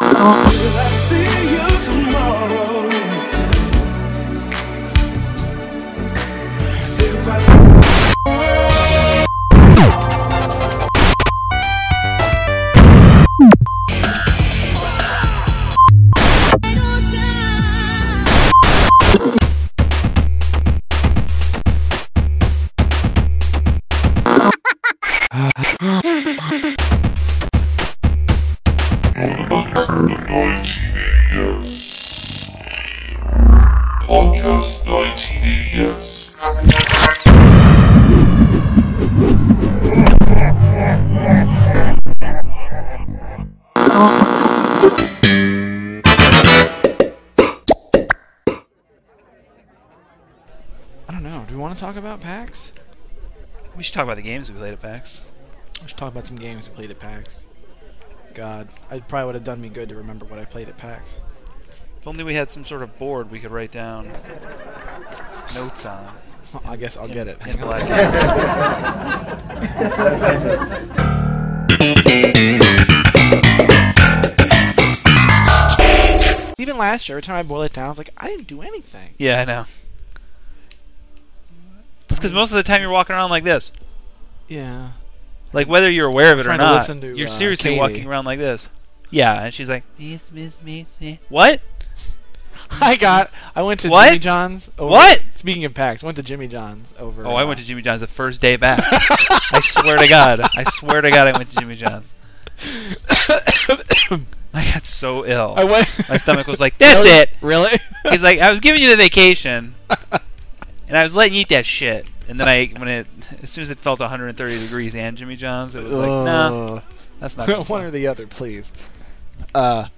Will I see you tomorrow? If I see Podcast 1988. I don't know. Do we want to talk about PAX? We should talk about the games we played at PAX. Let's talk about some games we played at PAX. God, I probably would have done me good to remember what I played at PAX. If only we had some sort of board we could write down notes on I guess I'll get it. in black. and white. Even last year, every time I boiled it down, I was like, I didn't do anything. yeah, I know. It's because most of the time you're walking around like this. Yeah. Like whether you're aware of it or Trying to not, listen to, you're uh, seriously Katie. walking around like this. Yeah, and she's like, miss, miss, miss, miss. What? I got. I went to What? Jimmy John's. Over, What? Speaking of PAX, I went to Jimmy John's over. uh, Oh, I went to Jimmy John's the first day back. I swear to God. I swear to God I went to Jimmy John's. I got so ill. I went. My stomach was like, that's Really? it. Really? He's like, I was giving you the vacation, and I was letting you eat that shit. And then I, when it, as soon as it felt 130 degrees and Jimmy John's, it was like, nah, Ugh. that's not. gonna Uh. one or fly. the other, please. Uh,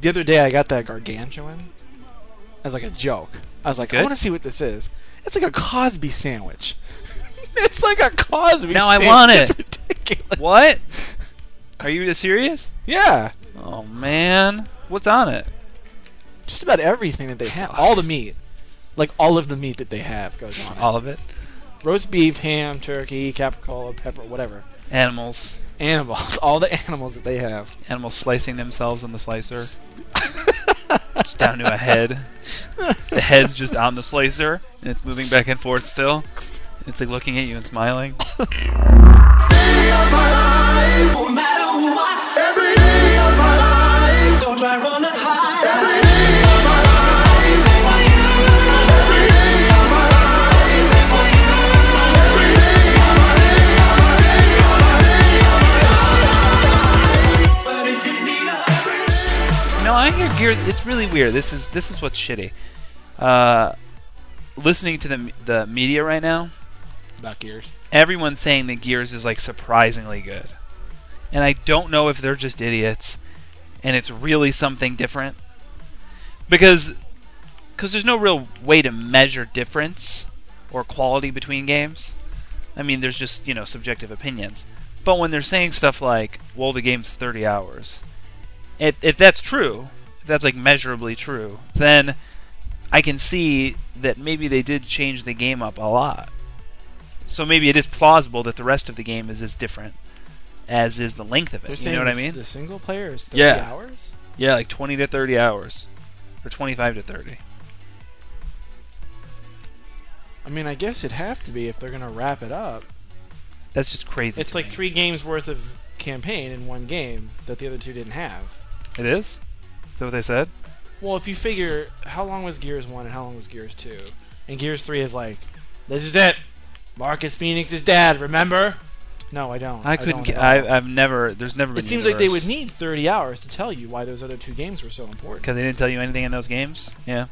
the other day I got that gargantuan as like a joke. I was like, I Good? want to see what this is. It's like a Cosby sandwich. it's like a Cosby. Now I sandwich. want it. It's ridiculous. What? Are you serious? Yeah, Oh man, what's on it? just about everything that they have, all the meat, like all of the meat that they have goes on. it. All of it. Roast beef, ham, turkey, capicola, pepper, whatever. Animals. Animals, all the animals that they have. Animals slicing themselves on the slicer. It's down to a head. The head's just on the slicer, and it's moving back and forth still. It's like looking at you and smiling. No matter what, every day of my life, don't try run and hide. Every day of my life, every day of my life, every day of my day, of my day, of my day, of my life. But if you need a every day, No, I hear gear. It's really weird. This is this is what's shitty. Uh, listening to the the media right now, About gears. everyone's saying that Gears is like surprisingly good, and I don't know if they're just idiots, and it's really something different, because because there's no real way to measure difference or quality between games. I mean, there's just you know subjective opinions, but when they're saying stuff like, "Well, the game's 30 hours," if if that's true, if that's like measurably true, then I can see that maybe they did change the game up a lot. So maybe it is plausible that the rest of the game is as different as is the length of They're it. saying you know what I this- mean? The single player is thirty Yeah. hours. Yeah, like 20 to 30 hours, or 25 to 30. I mean, I guess it'd have to be if they're gonna wrap it up. That's just crazy. It's to like me. three games worth of campaign in one game that the other two didn't have. It is. Is that what they said? Well, if you figure how long was Gears One and how long was Gears Two, and Gears Three is like, this is it. Marcus Phoenix is dead. Remember? No, I don't. I couldn't. don't get, at all. I, I've never. There's never been. it seems like they would need 30 hours to tell you why those other two games were so important. because they didn't tell you anything in those games. Yeah.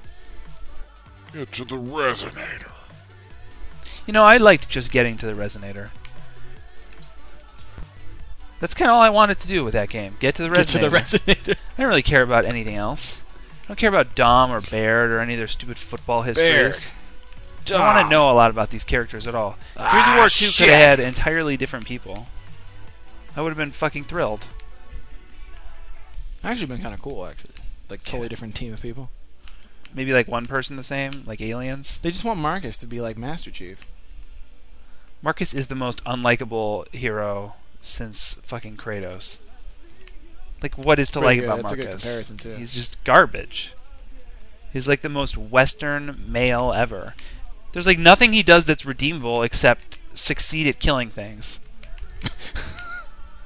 Get to the resonator. You know, I liked just getting to the resonator. That's kind of all I wanted to do with that game. Get to the resonator. Get to the resonator. I don't really care about anything else. I don't care about Dom or Baird or any of their stupid football histories. I don't want to know a lot about these characters at all. Gears of War 2 could have had entirely different people. I would have been fucking thrilled. actually, been kind of cool. Actually, like totally different team of people. Maybe like one person the same, like aliens. They just want Marcus to be like Master Chief. Marcus is the most unlikable hero since fucking Kratos. Like, what is to Pretty like good. about That's a Marcus? good comparison, too. He's just garbage. He's like the most Western male ever. There's like nothing he does that's redeemable except succeed at killing things.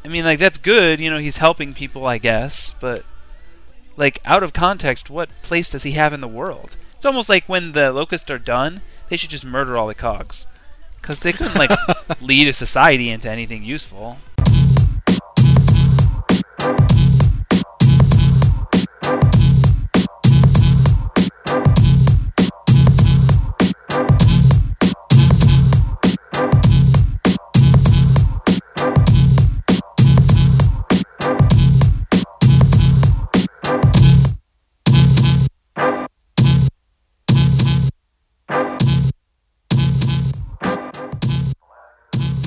I mean, like that's good. You know, he's helping people, I guess, but like out of context, what place does he have in the world? It's almost like when the locusts are done, they should just murder all the cogs, because they couldn't like lead a society into anything useful.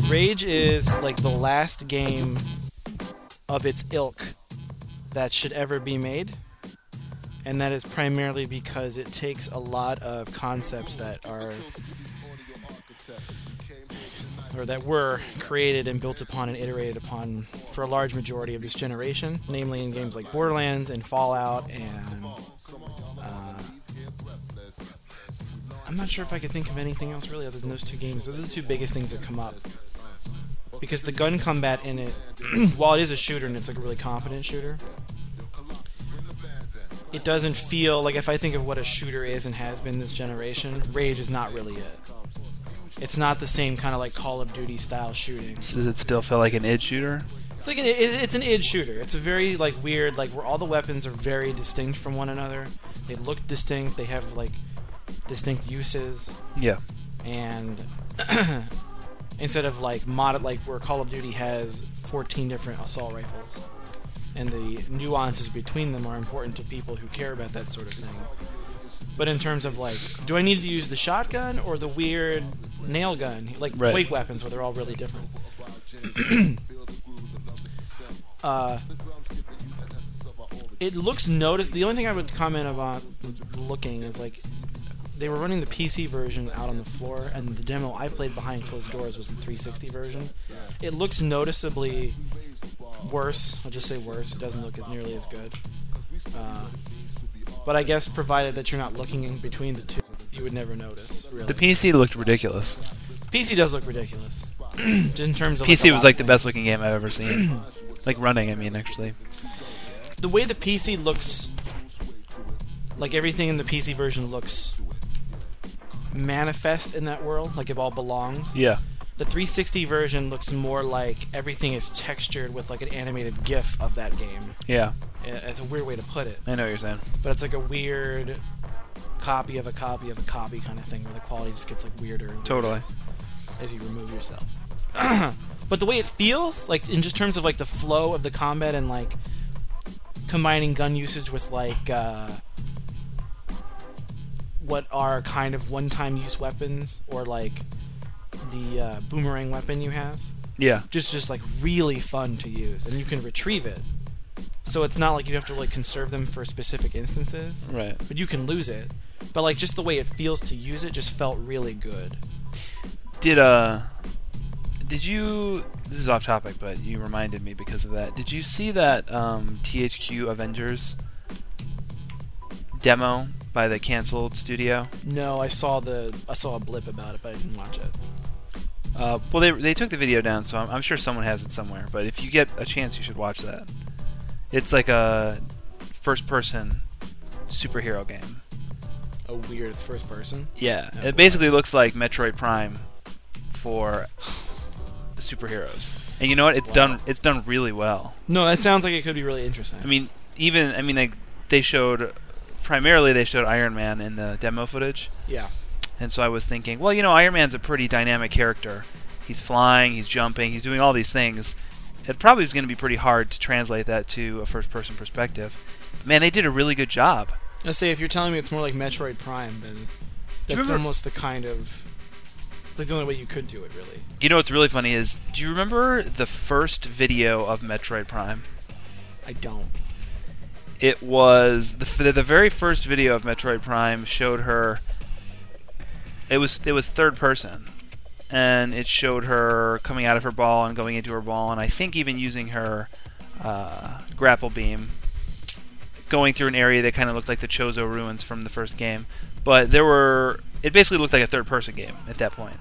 Rage is like the last game of its ilk that should ever be made. And that is primarily because it takes a lot of concepts that are or that were created and built upon and iterated upon for a large majority of this generation, namely in games like Borderlands and Fallout and uh, I'm not sure if I could think of anything else really other than those two games. Those are the two biggest things that come up because the gun combat in it, while it is a shooter and it's like a really confident shooter, it doesn't feel like if I think of what a shooter is and has been this generation, Rage is not really it. It's not the same kind of like Call of Duty style shooting. Does it still feel like an id shooter? It's like an, it, it's an id shooter. It's a very like weird like where all the weapons are very distinct from one another. They look distinct. They have like distinct uses Yeah. and instead of like mod like where Call of Duty has 14 different assault rifles and the nuances between them are important to people who care about that sort of thing. But in terms of like, do I need to use the shotgun or the weird nail gun, like Right. quake weapons, where they're all really different? uh, it looks notice. The only thing I would comment about looking is like they were running the PC version out on the floor, and the demo I played behind closed doors was the 360 version. It looks noticeably worse. I'll just say worse. It doesn't look as nearly as good. Uh, but I guess provided that you're not looking in between the two, you would never notice. Really, The PC looked ridiculous. PC does look ridiculous. Just in terms of PC a was lot like of the things. best looking game I've ever seen. like running, I mean, actually. the way the PC looks, like everything in the PC version looks manifest in that world, like it all belongs. Yeah. The 360 version looks more like everything is textured with like an animated GIF of that game. Yeah. Yeah, That's a weird way to put it, I know what you're saying. but it's like a weird copy of a copy of a copy kind of thing where the quality just gets like weirder. And weirder Totally. as you remove yourself. but the way it feels, like in just terms of like the flow of the combat and like combining gun usage with like uh, what are kind of one-time use weapons or like the uh, boomerang weapon you have, Yeah. just just like really fun to use, and you can retrieve it. So it's not like you have to like conserve them for specific instances, Right. but you can lose it. But like just the way it feels to use it just felt really good. Did, uh. Did you. This is off topic, but you reminded me because of that. Did you see that, um, THQ Avengers demo by the canceled studio? No, I saw the I saw a blip about it, but I didn't watch it. Uh, well, they, they took the video down, so I'm, I'm sure someone has it somewhere. But if you get a chance, you should watch that. It's like a first person superhero game. Oh, weird! It's first person. Yeah, Yeah. it basically looks like Metroid Prime for superheroes. And you know what? It's done. It's done really well. No, that sounds like it could be really interesting. I mean, even I mean, like they showed primarily they showed Iron Man in the demo footage, yeah, and so I was thinking, well, you know, Iron Man's a pretty dynamic character. He's flying, he's jumping, he's doing all these things. It probably is going to be pretty hard to translate that to a first-person perspective. Man, they did a really good job. I say if you're telling me it's more like Metroid Prime, then that's remember- almost the kind of it's like the only way you could do it, really. You know what's really funny is, do you remember the first video of Metroid Prime? I don't. it was the, f- the very first video of Metroid Prime showed her. It was it was third person, and it showed her coming out of her ball and going into her ball, and I think even using her uh, grapple beam going through an area that kind of looked like the Chozo ruins from the first game. But there were. It basically looked like a third person game at that point.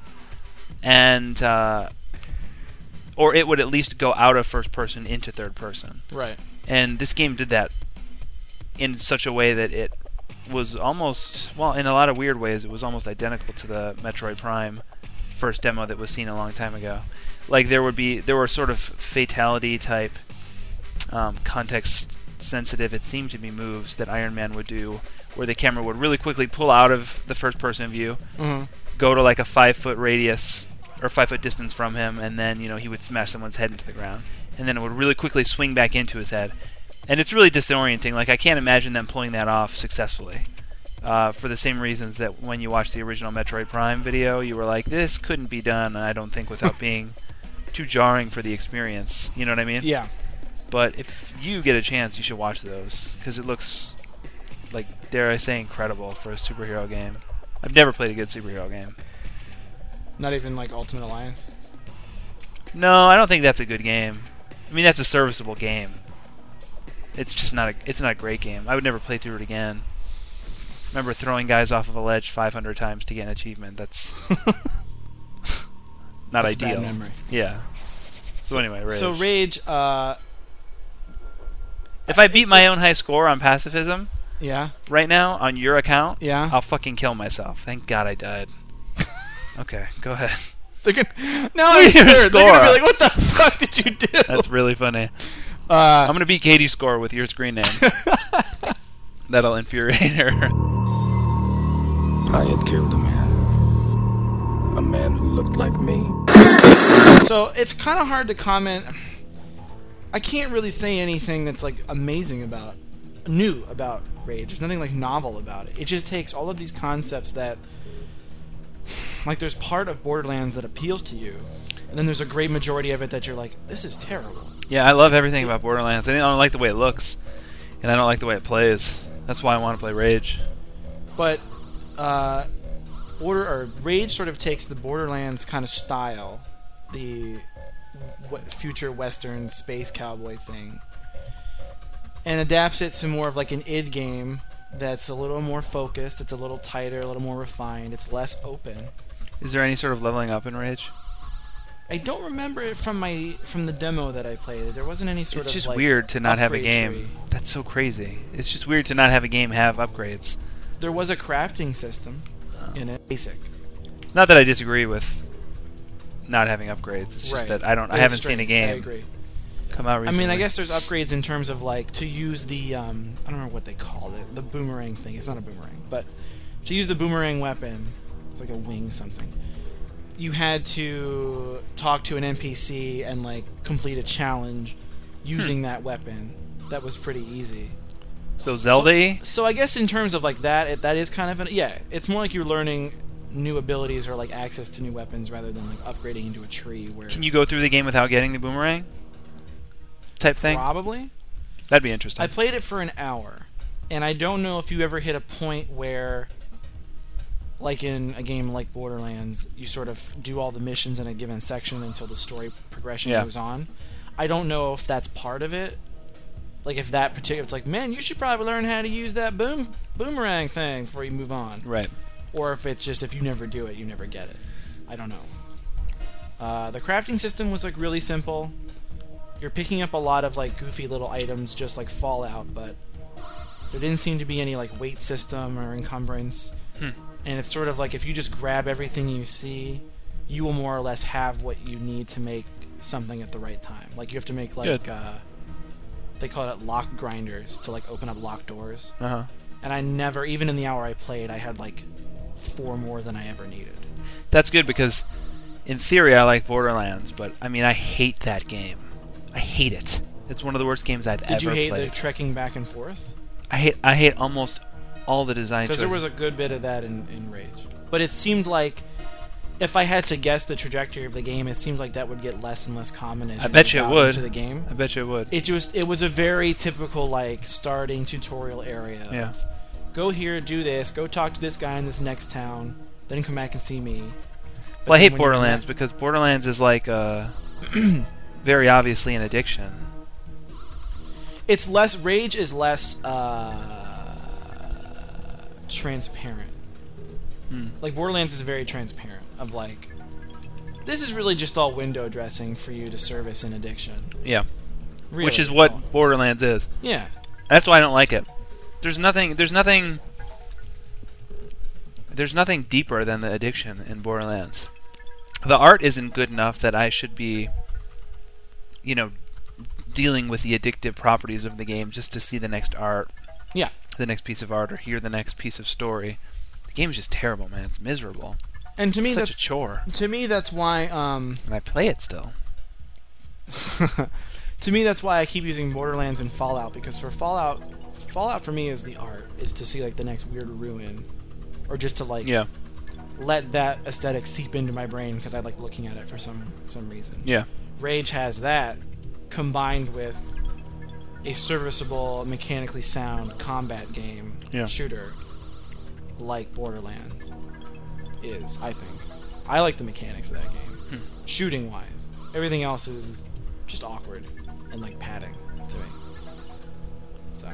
And. Uh, or it would at least go out of first person into third person. Right. And this game did that in such a way that it was almost. Well, in a lot of weird ways, it was almost identical to the Metroid Prime first demo that was seen a long time ago. Like, there would be. There were sort of fatality type um, context sensitive, it seemed to be moves that Iron Man would do, where the camera would really quickly pull out of the first person view, hmm go to like a five foot radius or five foot distance from him, and then you know he would smash someone's head into the ground, and then it would really quickly swing back into his head, and it's really disorienting. Like I can't imagine them pulling that off successfully. Uh, for the same reasons that when you watched the original Metroid Prime video, you were like, "This couldn't be done," I don't think without being too jarring for the experience. You know what I mean? Yeah. but if you get a chance, you should watch those because it looks like dare I say incredible for a superhero game. I've never played a good superhero game. Not even like Ultimate Alliance. No, I don't think that's a good game. I mean, that's a serviceable game. It's just not a it's not a great game. I would never play through it again. Remember throwing guys off of a ledge 500 times to get an achievement. That's not That's a bad ideal. memory. Yeah. So, anyway, Rage. So Rage. Uh, if I beat my own high score on pacifism, yeah. right now on your account, Yeah. I'll fucking kill myself. Thank God I died. okay, go ahead. They're gonna, now I'm Your sure. They're gonna be score. like, "What the fuck did you do?" That's really funny. uh, I'm gonna beat Katie's score with your screen name. That'll infuriate her. I had killed a man. A man who looked like me. So it's kind of hard to comment. I can't really say anything that's like amazing about, new about Rage. There's nothing like novel about it. It just takes all of these concepts that, like, there's part of Borderlands that appeals to you, and then there's a great majority of it that you're like, this is terrible. Yeah, I love everything about Borderlands. I think- I don't like the way it looks, and I don't like the way it plays. That's why I want to play Rage. But, uh, order or Rage sort of takes the Borderlands kind of style, the what future Western space cowboy thing, and adapts it to more of like an id game that's a little more focused, it's a little tighter, a little more refined, it's less open. Is there any sort of leveling up in Rage? I don't remember it from my from the demo that I played. There wasn't any sort It's of just like, weird to not have a upgrade game. tree. That's so crazy. It's just weird to not have a game have upgrades. There was a crafting system in it, basic. It's not that I disagree with not having upgrades. It's just right. that I don't. I It's haven't seen a strange. game I agree. come I out recently. mean, I guess there's upgrades in terms of like to use the um, I don't know what they call it, the boomerang thing. It's not a boomerang, but to use the boomerang weapon, it's like a wing something. You had to talk to an NPC and like complete a challenge Hmm. using that weapon. That was pretty easy. so. Zelda. So I guess in terms of like that, it, that is kind of an yeah. It's more like you're learning new abilities or like access to new weapons rather than like upgrading into a tree where Can you go through the game without getting the boomerang? Type thing. probably. That'd be interesting. I played it for an hour, and I don't know if you ever hit a point where, like in a game like Borderlands, you sort of do all the missions in a given section until the story progression Yeah. goes on. I don't know if that's part of it. Like if that particular, it's like, man, you should probably learn how to use that boom boomerang thing before you move on, right. or if it's just if you never do it, you never get it. I don't know. Uh, the crafting system was like really simple. You're picking up a lot of like goofy little items, just like Fallout, but there didn't seem to be any like weight system or encumbrance. And it's sort of like if you just grab everything you see, you will more or less have what you need to make something at the right time. Like you have to make like Good. uh, they call it lock grinders to like open up locked doors Uh huh. and I never, even in the hour I played, I had like four more than I ever needed. That's good because, in theory, I like Borderlands, but I mean, I hate that game. I hate it. It's one of the worst games I've Did ever you hate played. the trekking back and forth? I hate. I hate almost all the design. Because there was a good bit of that in, in Rage. But it seemed like if I had to guess the trajectory of the game, it seemed like that would get less and less common as I bet you it got would. into the game. I bet you it would. It just it was a very typical like starting tutorial area. Yeah. Of, go here, do this, go talk to this guy in this next town, then come back and see me. But well, I then when you hate come Borderlands back- because Borderlands is like uh, very obviously an addiction. it's less rage is less uh, transparent. Hmm. Like Borderlands is very transparent of like this is really just all window dressing for you to service an addiction, Yeah. really, Oh. Which is that's all. what Borderlands is. Yeah, That's why I don't like it. There's nothing. There's nothing. There's nothing deeper than the addiction in Borderlands. The art isn't good enough that I should be, you know, dealing with the addictive properties of the game just to see the next art, yeah. the next piece of art, or hear the next piece of story. The game's just terrible, man. It's miserable. And to me, it's such a that's chore, to me that's why um, and I play it still. to me that's why I keep using Borderlands and Fallout because for Fallout, Fallout for me is the art is to see like the next weird ruin, or just to like Yeah, let that aesthetic seep into my brain because I like looking at it for some some reason. yeah, Rage has that combined with a serviceable, mechanically sound combat game Yeah. shooter like Borderlands is, I think. I like the mechanics of that game. Hmm. Shooting wise. Everything else is just awkward and like padding to me. So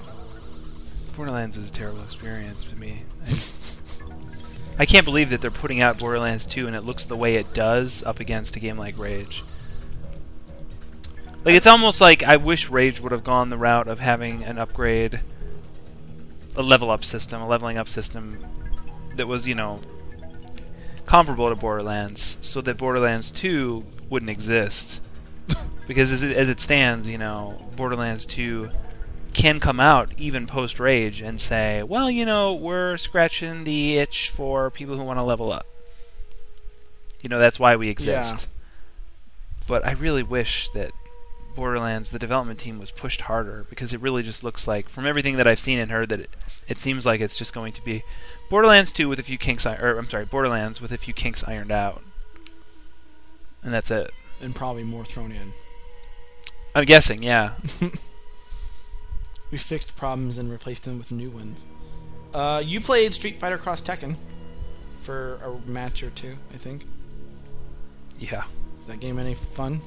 Borderlands is a terrible experience for me. I, just- I can't believe that they're putting out Borderlands 2 and it looks the way it does up against a game like Rage. Like it's almost like I wish Rage would have gone the route of having an upgrade, a level up system, a leveling up system that was, you know, comparable to Borderlands, so that Borderlands 2 wouldn't exist. because as it, as it stands, you know, Borderlands 2 can come out even post rage and say, well, you know, we're scratching the itch for people who want to level up. You know, that's why we exist. But I really wish that Borderlands, the development team, was pushed harder because it really just looks like, from everything that I've seen and heard, that it, it seems like it's just going to be Borderlands 2 with a few kinks, i- or I'm sorry, Borderlands with a few kinks ironed out. And that's it. and probably more thrown in. I'm guessing, yeah. We fixed problems and replaced them with new ones. Uh, you played Street Fighter Cross Tekken for a match or two, I think. yeah. Is that game any fun?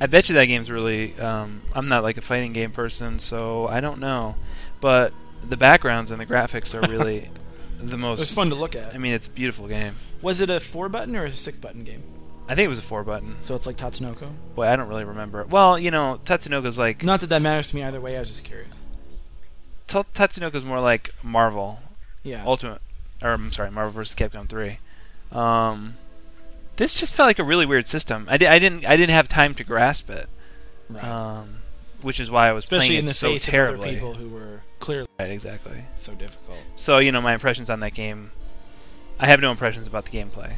I bet you that game's really. Um, I'm not like a fighting game person, so I don't know. But the backgrounds and the graphics are really the It was most. fun to look at. I mean, it's a beautiful game. was it a four button or a six button game? I think it was a four button. So it's like Tatsunoko. Boy, I don't really remember. Well, you know, Tatsunoka's like Not that that matters to me either way. I was just curious. Ta- Tatsunoka's more like Marvel Yeah. Ultimate, or I'm sorry, Marvel vs. Capcom 3. Um, this just felt like a really weird system. I, di- I didn't I didn't have time to grasp it, right. um, which is why I was Especially playing in it the so face terribly. of other people who were clearly Right, exactly. so difficult. So you know, my impressions on that game, I have no impressions about the gameplay,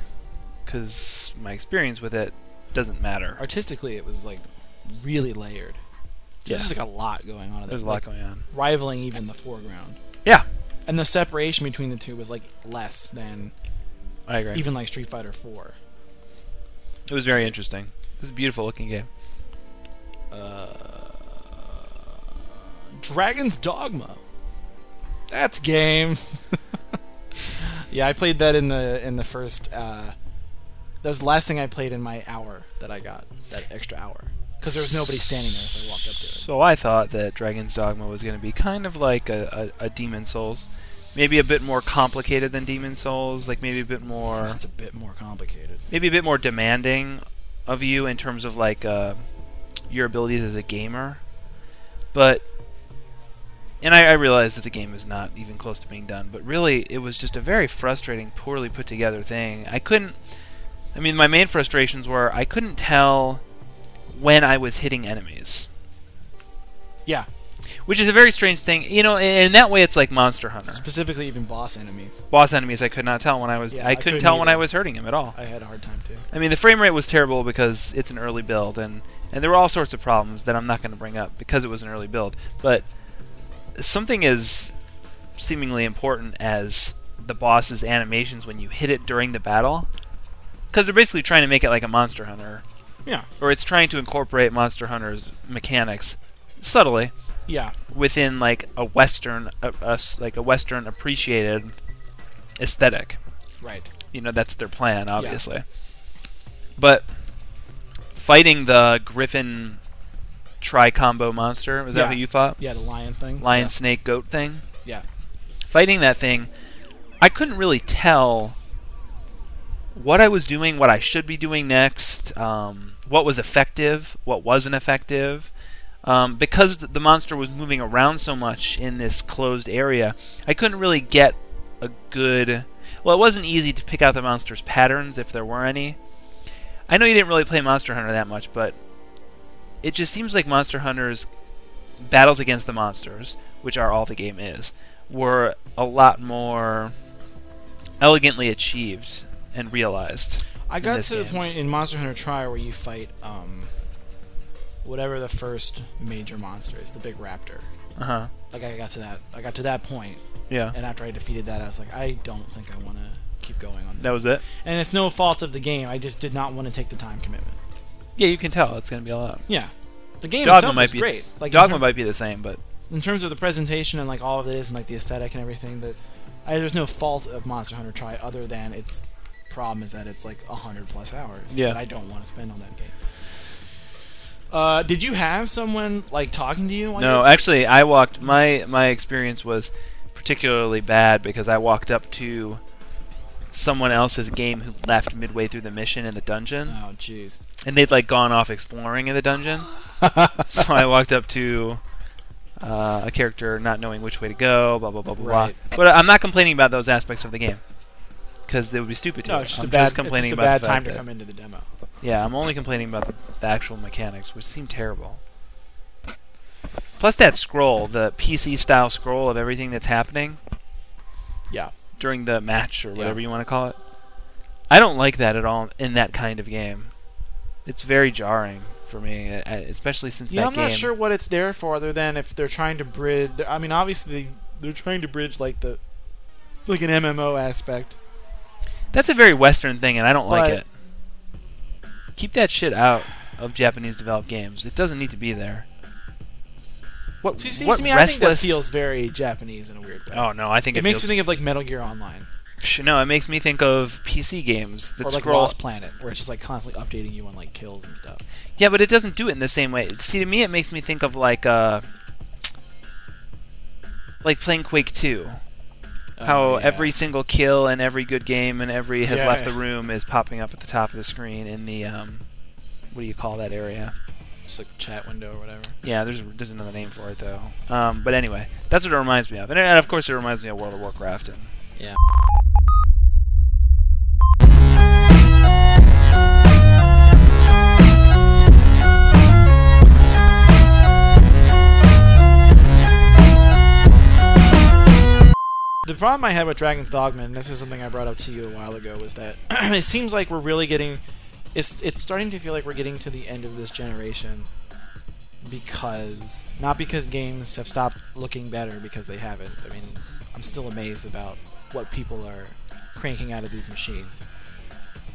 because my experience with it doesn't matter. Artistically, it was like really layered. Yeah. There's just like a lot going on. in There's a that, lot like, going on. rivaling even the foreground. Yeah, And the separation between the two was like less than I agree. even like Street Fighter 4. it was very interesting. It's a beautiful looking game. Dragon's Dogma. That's game. yeah, I played that in the in the first. Uh, that was the last thing I played in my hour that I got that extra hour because there was nobody standing there, so I walked up to it. So I thought that Dragon's Dogma was going to be kind of like a, a, a Demon Souls, maybe a bit more complicated than Demon Souls, like maybe a bit more, It's a bit more complicated. maybe a bit more demanding of you in terms of like uh, your abilities as a gamer. But and I, I realize that the game is not even close to being done, but really it was just a very frustrating, poorly put together thing. I couldn't. I mean, my main frustrations were I couldn't tell when I was hitting enemies Yeah, which is a very strange thing. You know, in in that way, it's like Monster Hunter. specifically even boss enemies. Boss enemies, I could not tell when I was. Yeah, I, I couldn't couldn't tell when I either. was hurting him at all. I had a hard time too. I mean, the frame rate was terrible because it's an early build, and and there were all sorts of problems that I'm not going to bring up because it was an early build. But something as seemingly important as the boss's animations when you hit it during the battle, because they're basically trying to make it like a Monster Hunter, Yeah, or it's trying to incorporate Monster Hunter's mechanics subtly yeah, within like a western a, a s- like a western appreciated aesthetic right. you know that's their plan obviously but fighting the griffin tri combo monster. Was that Yeah. what you thought? Yeah, the lion thing. Lion, snake, goat thing. Yeah. Fighting that thing, I couldn't really tell what I was doing, what I should be doing next, um, what was effective, what wasn't effective. Um, because th- the monster was moving around so much in this closed area, I couldn't really get a good. Well, it wasn't easy to pick out the monster's patterns if there were any. I know you didn't really play Monster Hunter that much, but it just seems like Monster Hunter's battles against the monsters, which are all the game is, were a lot more elegantly achieved and realized. I got this to the games. point in Monster Hunter Tri where you fight um, whatever the first major monster is, the big raptor. Uh huh. Like I got to that, I got to that point, Yeah. and after I defeated that, I was like, I don't think I want to keep going on this. That was it. And it's no fault of the game. I just did not want to take the time commitment. Yeah, you can tell it's gonna be a lot. Yeah, the game Dogma itself might is be great. Like in Dogma term- might be the same, but in terms of the presentation and like all of this and like the aesthetic and everything that I, there's no fault of monster hunter try other than its problem is that it's like 100 plus hours Yeah. that i don't want to spend on that game uh, did you have someone like talking to you while no. you- Actually, I walked. My my experience was particularly bad because I walked up to someone else's game who left midway through the mission in the dungeon. oh jeez and they'd like gone off exploring in the dungeon. so I walked up to uh, a character not knowing which way to go, blah blah blah blah Right. blah. But I'm not complaining about those aspects of the game because it would be stupid to. no it's just I'm a bad, just complaining it's just a bad about the fact time to that- come into the demo Yeah, I'm only complaining about the, the actual mechanics, which seem terrible. Plus that scroll, the PC style scroll of everything that's happening yeah during the match or whatever you want to call it. I don't like that at all in that kind of game. It's very jarring for me, I- I- especially since yeah that i'm game. not sure what it's there for other than if they're trying to bridge i mean obviously they're trying to bridge like the like an mmo aspect That's a very Western thing, and I don't like But- it. Keep that shit out of Japanese developed games. It doesn't need to be there. What, see, see what to me restless? i think that feels very japanese in a weird way oh no, I think It, it, makes feels- me think of like Metal Gear Online Psh, No, it makes me think of PC games that or like scroll. Lost Planet, where it's just like constantly updating you on like kills and stuff. Yeah, but it doesn't do it in the same way. See, to me, it makes me think of like uh, like playing Quake Two. how Uh, yeah. every single kill and every good game and every has Yeah. left the room is popping up at the top of the screen in the um, what do you call that area? just like chat window or whatever. Yeah, there's there's another name for it though. Um, but anyway, that's what it reminds me of, and, and of course it reminds me of World of Warcraft. And Yeah. The problem I had with Dragon's Dogma, and this is something I brought up to you a while ago, was that it seems like we're really getting. It's it's starting to feel like we're getting to the end of this generation because not because games have stopped looking better because they haven't. I mean, I'm still amazed about what people are cranking out of these machines.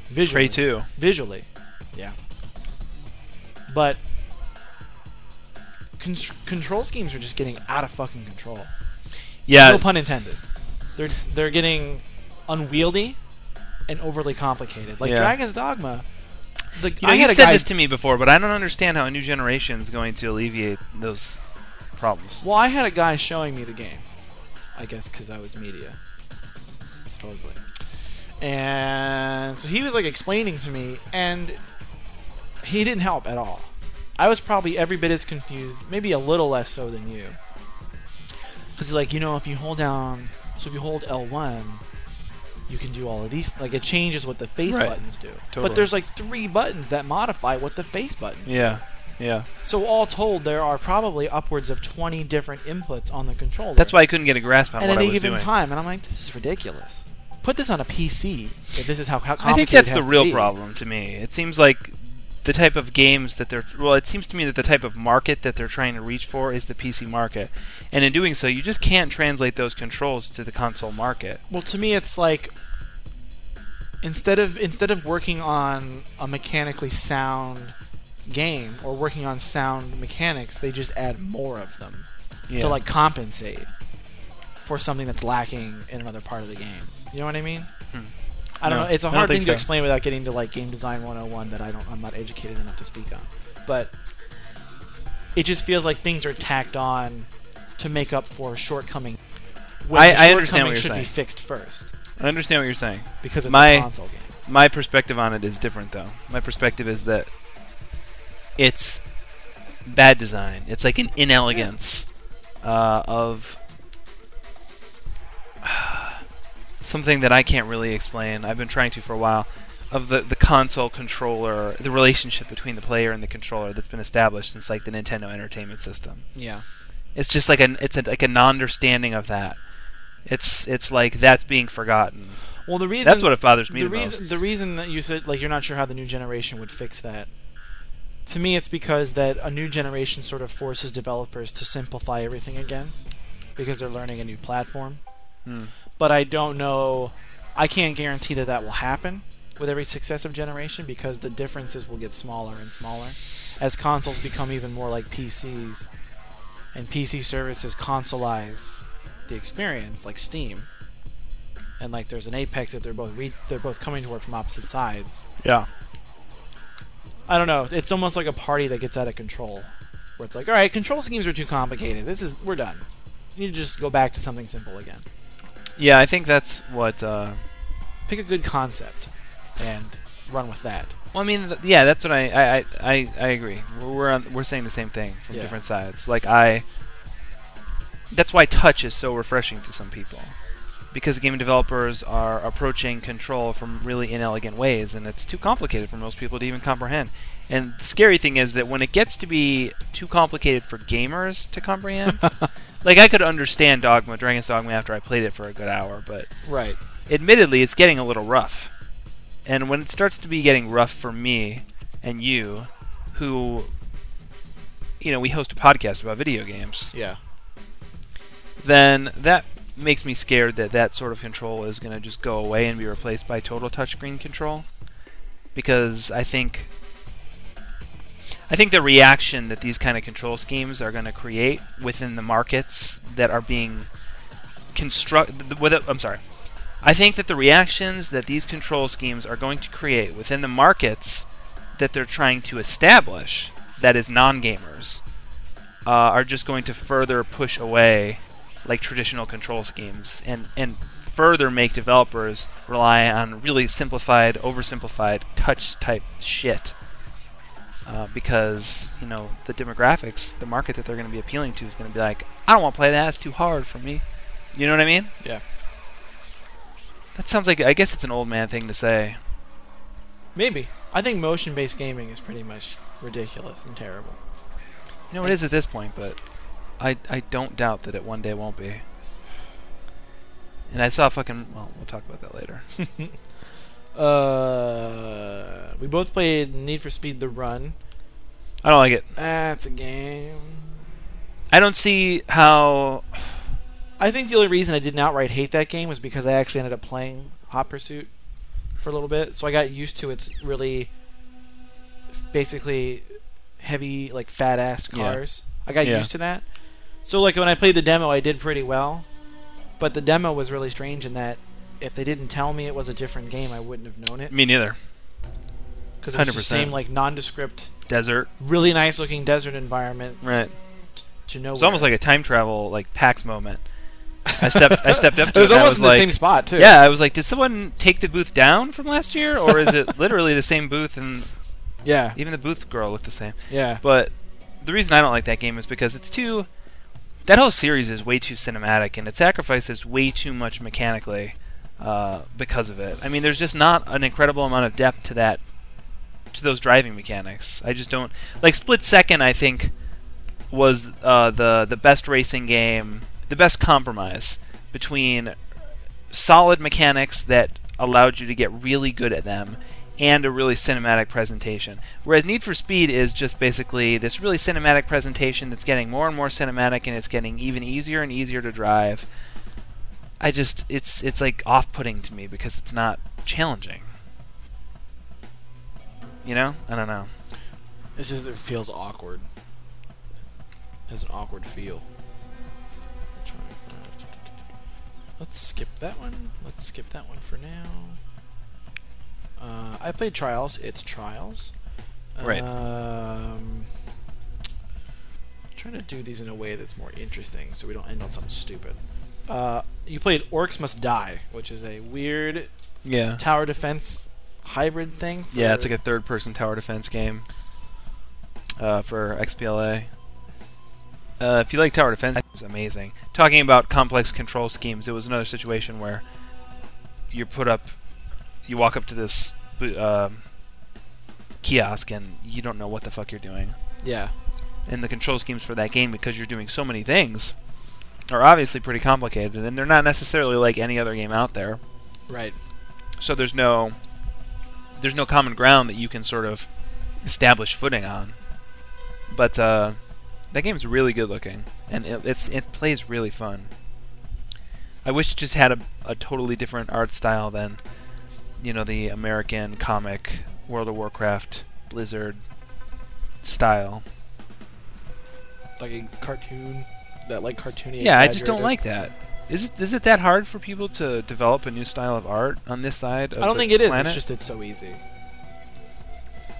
Visually, Prey Two, Visually, yeah. But con- control schemes are just getting out of fucking control. yeah, no pun intended. They're they're getting unwieldy and overly complicated. Like Yeah. Dragon's Dogma. The, you know, I you had a said guy- this to me before, but I don't understand how a new generation is going to alleviate those problems. Well, I had a guy showing me the game. I guess because I was media, supposedly. And so he was like explaining to me, and he didn't help at all. I was probably every bit as confused, maybe a little less so than you. Because, like, you know, if you hold down, so if you hold L1, you can do all of these. Like, it changes what the face Right. buttons do. Totally. But there's like three buttons that modify what the face buttons Yeah, yeah. so all told, there are probably upwards of 20 different inputs on the controller. That's why I couldn't get a grasp on at what I any was given doing. time, and I'm like, this is ridiculous. Put this on a PC. If this is how, how complicated I think that's it the has to real be. problem to me. It seems like the type of games that they're well, it seems to me that the type of market that they're trying to reach for is the PC market, and in doing so, you just can't translate those controls to the console market. Well, to me, it's like instead of instead of working on a mechanically sound game or working on sound mechanics, they just add more of them Yeah. to like compensate for something that's lacking in another part of the game. You know what I mean? I don't Hmm. No, know. It's a I don't hard thing think to so. explain without getting oh to like game design 101 that I don't I'm not educated enough to speak on. But it just feels like things are tacked on to make up for shortcoming. When I- the I understand shortcoming what you're should saying. be fixed first I understand what you're saying. because it's My- a console game. My perspective on it is different, though. My perspective is that it's bad design. It's like an inelegance uh, of something that I can't really explain. I've been trying to for a while. Of the, the console controller, the relationship between the player and the controller that's been established since like the Nintendo Entertainment System. Yeah. It's just like an it's a, like an understanding of that. It's it's like that's being forgotten. Well, the reason That's what it bothers me the the, most. reason the reason that you said like you're not sure how the new generation would fix that. To me, it's because that a new generation sort of forces developers to simplify everything again because they're learning a new platform. Hmm. But I don't know. I can't guarantee that that will happen with every successive generation because the differences will get smaller and smaller as consoles become even more like PCs and PC services consoleize the experience like Steam. And like there's an apex that they're both re- they're both coming toward from opposite sides. yeah. I don't know. It's almost like a party that gets out of control, where it's like, all right, control schemes are too complicated. This is we're done. You need to just go back to something simple again. Yeah, I think that's what. Uh, Pick a good concept and run with that. well, I mean, th- yeah, that's what I I, I, I, I agree. We're we're, on, we're saying the same thing from Yeah. different sides. Like I, that's why touch is so refreshing to some people, because game developers are approaching control from really inelegant ways, and it's too complicated for most people to even comprehend. And the scary thing is that when it gets to be too complicated for gamers to comprehend, like I could understand Dogma, Dragon's Dogma after I played it for a good hour, but Right. admittedly, it's getting a little rough. And when it starts to be getting rough for me and you, who, you know, we host a podcast about video games, Yeah. then that makes me scared that that sort of control is going to just go away and be replaced by total touchscreen control. Because I think. I think the reaction that these kind of control schemes are going to create within the markets that are being construct with I'm sorry. I think that the reactions that these control schemes are going to create within the markets that they're trying to establish, that is non-gamers, uh, are just going to further push away like traditional control schemes and and further make developers rely on really simplified, oversimplified touch type shit. Uh, because you know the demographics, the market that they're going to be appealing to is going to be like, I don't want to play that. It's too hard for me. You know what I mean? Yeah. That sounds like I guess it's an old man thing to say. Maybe. I think motion-based gaming is pretty much ridiculous and terrible. You know it is at this point, but I I don't doubt that it one day won't be. And I saw fucking well, we'll talk about that later. Uh, we both played Need for Speed: The Run. I don't like it. That's a game. I don't see how I think the only reason I didn't outright hate that game was because I actually ended up playing Hot Pursuit for a little bit, so I got used to its really basically heavy, like fat ass Yeah. cars. I got Yeah. used to that. So like when I played the demo, I did pretty well, but the demo was really strange in that if they didn't tell me it was a different game, I wouldn't have known it me neither. because it was just 100%. same like nondescript, Desert, really nice looking desert environment right? to know. It's almost like a time travel like PAX moment. I stepped I stepped up to it was and I almost was in like, the same spot too. Yeah, I was like, did someone take the booth down from last year, or is it literally the same booth? And yeah, even the booth girl looked the same. yeah. But the reason I don't like that game is because it's too. That whole series is way too cinematic, and it sacrifices way too much mechanically uh, because of it. I mean, there's just not an incredible amount of depth to that, to those driving mechanics. I just don't like split second. I think was uh, the the best racing game, the best compromise between solid mechanics that allowed you to get really good at them and a really cinematic presentation. Whereas Need for Speed is just basically this really cinematic presentation that's getting more and more cinematic and it's getting even easier and easier to drive. I just it's it's like off-putting to me because it's not challenging. You know? I don't know. It just it feels awkward. has an awkward feel. Let's skip that one. Let's skip that one for now. Uh, I played Trials. It's Trials. Right. Um, trying to do these in a way that's more interesting, so we don't end on something stupid. Uh, you played Orcs Must Die, which is a weird Yeah. tower defense hybrid thing. for- Yeah, it's like a third person tower defense game uh, for XPLA. Uh, if you like tower defense, it's amazing. Talking about complex control schemes, it was another situation where you put up, you walk up to this uh, kiosk and you don't know what the fuck you're doing. yeah, And the control schemes for that game, because you're doing so many things, are obviously pretty complicated. And they're not necessarily like any other game out there right. so there's no there's no common ground that you can sort of establish footing on. But uh, that game's really good looking, and it, it's it plays really fun. I wish it just had a, a totally different art style than you know the American comic World of Warcraft Blizzard style. Like a cartoon, that like cartoony. Yeah, I just don't exaggerated- like that. Is it, is it that hard for people to develop a new style of art on this side? Of I don't the think it is. Planet? It's just it's so easy.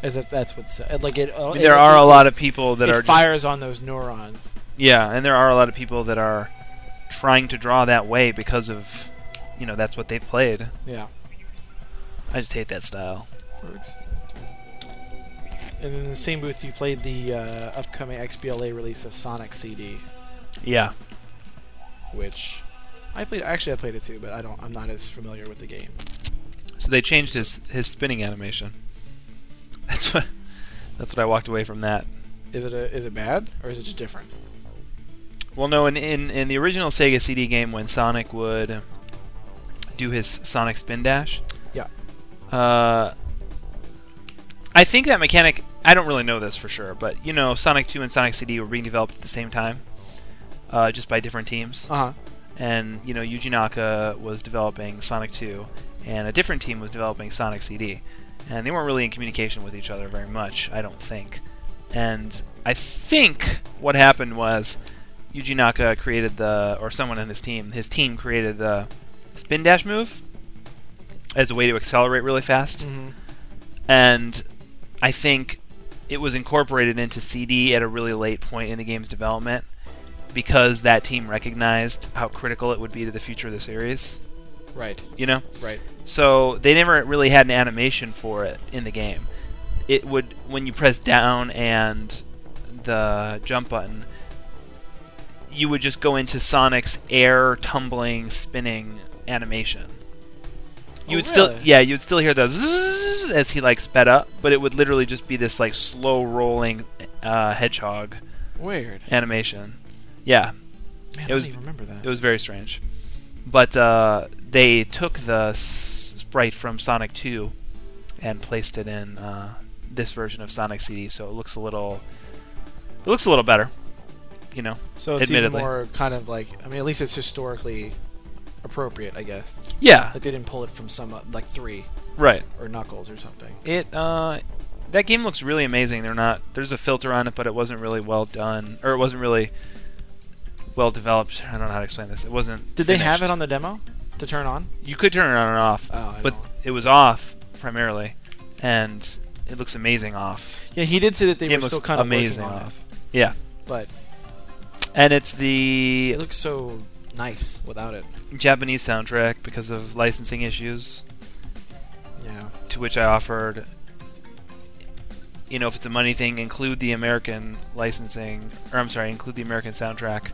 Is that that's what's uh, like it? I mean, there are a lot of people that it are just fires on those neurons. Yeah, and there are a lot of people that are trying to draw that way because of, you know, that's what they played. Yeah. I just hate that style. And in the same booth, you played the uh, upcoming XBLA release of Sonic CD, Yeah. which I played. Actually, I played it too, but I don't. I'm not as familiar with the game. So they changed his his spinning animation. That's what that's what I walked away from that. Is it a, is it bad or is it just different? Well, no, in in, in the original Sega CD game when Sonic would do his Sonic spin dash, Yeah. Uh, I think that mechanic. I don't really know this for sure, but you know, Sonic 2 and Sonic CD were being developed at the same time, uh, just by different teams. Uh huh. And you know, Yuji Naka was developing Sonic 2, and a different team was developing Sonic CD, and they weren't really in communication with each other very much, I don't think. And I think what happened was Yuji Naka created the, or someone on his team, his team created the spin dash move as a way to accelerate really fast hmm and I think it was incorporated into CD at a really late point in the game's development because that team recognized how critical it would be to the future of the series, Right. you know? Right. So they never really had an animation for it in the game. It would when you press down and the jump button, you would just go into Sonic's air tumbling spinning animation. Oh, You would still really? yeah, you would still hear the zzzz as he like sped up, but it would literally just be this like slow rolling uh, hedgehog Weird. animation. Yeah, Man, I was- don't even remember that. it was very strange. But uh, they took the s- sprite from Sonic 2 and placed it in uh, this version of Sonic CD, so it looks a little, it looks a little better. You know. so it's admittedly. even more kind of like I mean, at least it's historically appropriate, I guess. Yeah. Like they didn't pull it from some uh, like three Right. or Knuckles or something. It. Uh, that game looks really amazing. They're not. There's a filter on it, but it wasn't really well done, or it wasn't really well developed. I don't know how to explain this. It wasn't. Did they have finished. it on the demo to turn on? You could turn it on and off, Oh, I but know. it was off primarily, and it looks amazing off. Yeah, he did say that they game were looks still kind of amazing working on off. it, Yeah, but and it's it the looks so nice without it. Japanese soundtrack because of licensing issues, Yeah, to which I offered, you know, if it's a money thing, include the American licensing, or I'm sorry, include the American soundtrack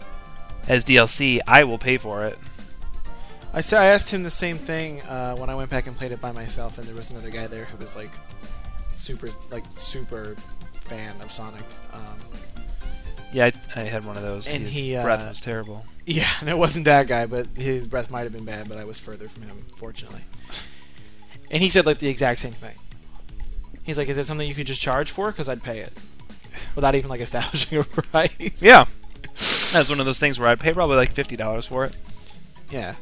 as DLC. I will pay for it. I said I asked him the same thing uh, when I went back and played it by myself, and there was another guy there who was like super, like super fan of Sonic. Um, Yeah, I, I had one of those. And His he, uh, breath was terrible. yeah, and it wasn't that guy, but his breath might have been bad, but I was further from him, fortunately. And he said like the exact same thing. He's like, "Is it something you could just charge for? Because I'd pay it." Without even like establishing a price. Yeah, that's one of those things where I paid probably like fifty dollars for it. Yeah.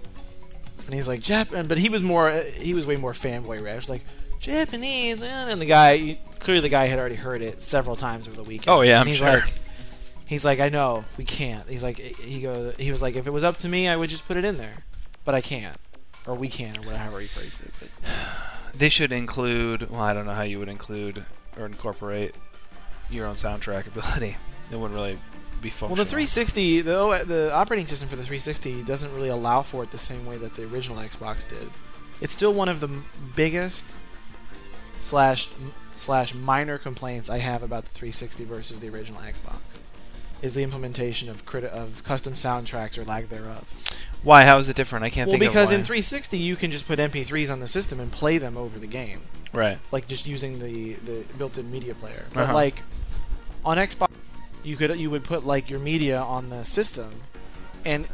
And he's like Japan, but he was more he was way more fanboy rash like Japanese, eh," and the guy clearly the guy had already heard it several times over the weekend. Oh, yeah, And I'm he's sure. Like, he's like, I know we can't. He's like, he goes, he was like, if it was up to me, I would just put it in there, but I can't, or we can't, or whatever he phrased it. But They should include. Well, I don't know how you would include or incorporate your own soundtrack ability. It wouldn't really be functional. Well, the 360, the, O- the operating system for the 360 doesn't really allow for it the same way that the original Xbox did. It's still one of the m- biggest slash slash minor complaints I have about the 360 versus the original Xbox is the implementation of criti- of custom soundtracks or lack thereof. Why? How is it different? I can't well, think because of why. in 360 you can just put MP3s on the system and play them over the game, right. like just using the the built-in media player. But Uh-huh. like on Xbox, you could you would put like your media on the system, and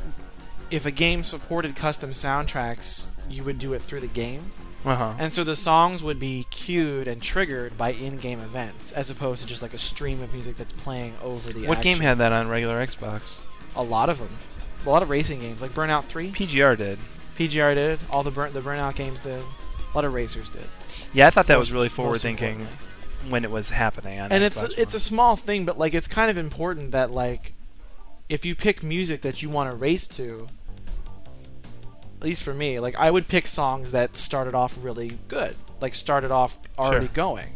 if a game supported custom soundtracks, you would do it through the game, Uh huh. and so the songs would be cued and triggered by in-game events, as opposed to just like a stream of music that's playing over the. What game action. had that on regular Xbox? a lot of them? A lot of racing games, like Burnout Three. PGR did. PGR did. All the burn the burnout games did. A lot of racers did. Yeah, I thought that was Most- really most forward thinking importantly. when it was happening. On And Xbox it's it's a small thing, but like it's kind of important that like if you pick music that you want to race to, at least for me, like I would pick songs that started off really good, like started off already Sure. going,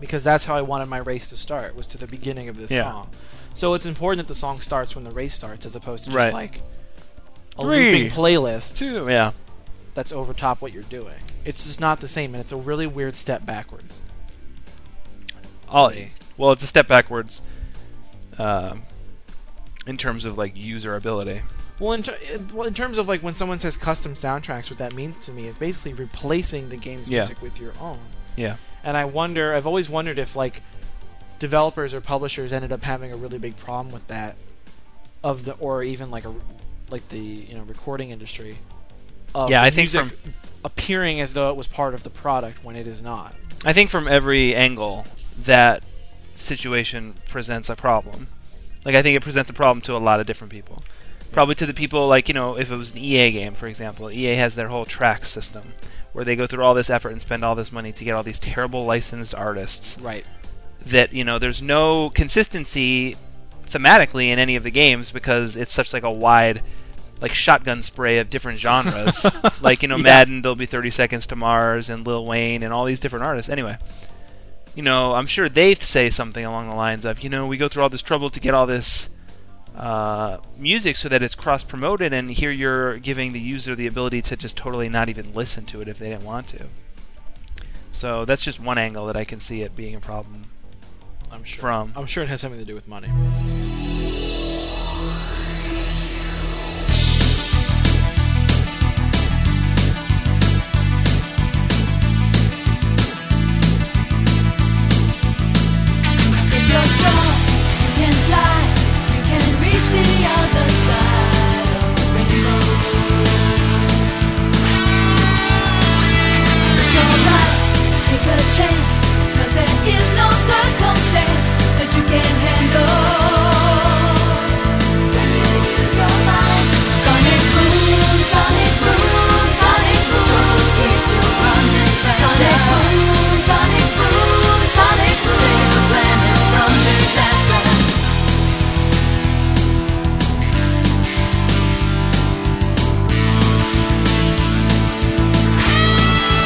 because that's how I wanted my race to start was to the beginning of this Yeah. song. So it's important that the song starts when the race starts, as opposed to just Right. like a Three. looping playlist. two. Yeah. that's over top what you're doing. It's just not the same, and it's a really weird step backwards. All, Really. well, it's a step backwards. Um, in terms of like usability. Well, in, ter- in- well, in terms of like when someone says custom soundtracks, what that means to me is basically replacing the game's Yeah. music with your own. Yeah. And I wonder, I've always wondered if like developers or publishers ended up having a really big problem with that, of the or even like a like the you know recording industry. Of Yeah, I the think music appearing as though it was part of the product when it is not. I think from every angle that situation presents a problem. Like I think it presents a problem to a lot of different people. Probably to the people like, you know, if it was an EA game, for example, EA has their whole track system where they go through all this effort and spend all this money to get all these terrible licensed artists Right. that, you know, there's no consistency thematically in any of the games because it's such like a wide like shotgun spray of different genres. like, you know, Yeah. Madden, there'll be 30 Seconds to Mars and Lil Wayne and all these different artists. Anyway, you know, I'm sure they say something along the lines of, you know, we go through all this trouble to get all this uh, music so that it's cross promoted, and here you're giving the user the ability to just totally not even listen to it if they didn't want to. So that's just one angle that I can see it being a problem I'm sure. from. I'm sure it has something to do with money. If you're strong, you can fly, you can reach the other side of the rainbow. It's alright, take a chance, 'cause there is no circumstance that you can't handle. When you use your mind, sonic boom, sonic boom, sonic boom keeps you running faster. Sonic boom, sonic boom, sonic boom saves the planet from disaster.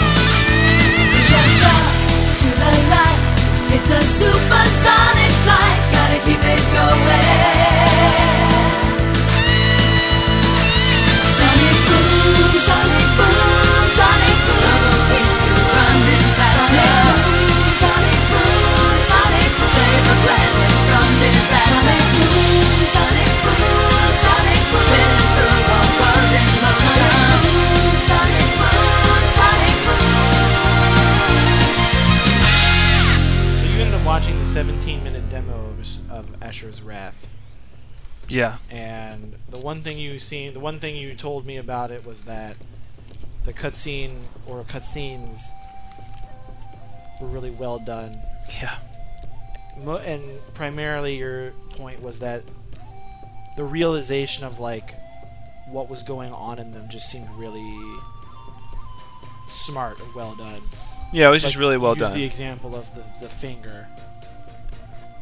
From the dark to the light, it's a supersonic flight. Gotta keep it going. Sonic boom, sonic boom, sonic boom keeps you running faster. Sonic boom, sonic boom, save the planet from disaster. Sonic boom, sonic boom, spinning through the world in motion. Sonic boom, sonic boom. So you ended up watching the 17 minute demo of, Ash- of Asher's Wrath, Yeah. and the one thing you seen, the one thing you told me about it was that the cutscene or cutscenes were really well done, Yeah. Mo- and primarily your point was that the realization of like what was going on in them just seemed really smart and well done. Yeah, it was Like, just really well use done. the example of the, the finger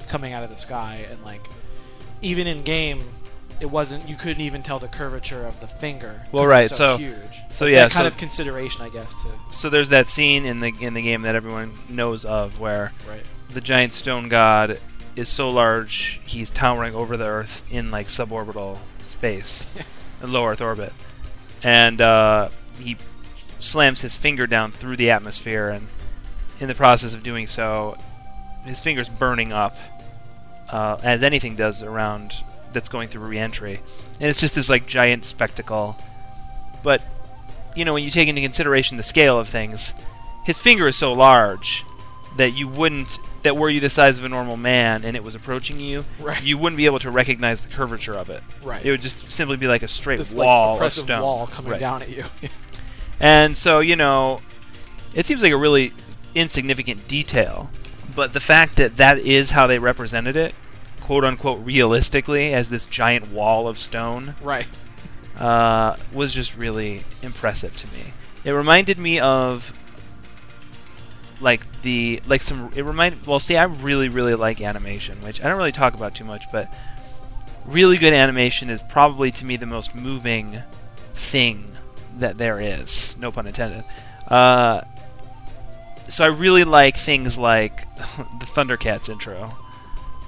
coming out of the sky, and like even in game, it wasn't. You couldn't even tell the curvature of the finger. 'cause Well, it's right, so- huge. so Like, yeah, that kind so- of consideration, I guess. To so there's that scene in the in the game that everyone knows of where right, the giant stone god is so large he's towering over the Earth in like suborbital space, in low Earth orbit, and uh, he slams his finger down through the atmosphere, and in the process of doing so, his finger's burning up, uh, as anything does around that's going through reentry, and it's just this like giant spectacle. But you know, when you take into consideration the scale of things, his finger is so large that you wouldn't that were you the size of a normal man and it was approaching you, Right. you wouldn't be able to recognize the curvature of it. Right. It would just simply be like a straight This wall like of oppressive stone. wall coming Right. down at you. And so, you know, it seems like a really insignificant detail, but the fact that that is how they represented it, quote unquote, realistically, as this giant wall of stone, right. uh, was just really impressive to me. It reminded me of like the like some it reminded well see I really really like animation which I don't really talk about too much but really good animation is probably to me the most moving thing that there is no pun intended uh, so I really like things like the Thundercats intro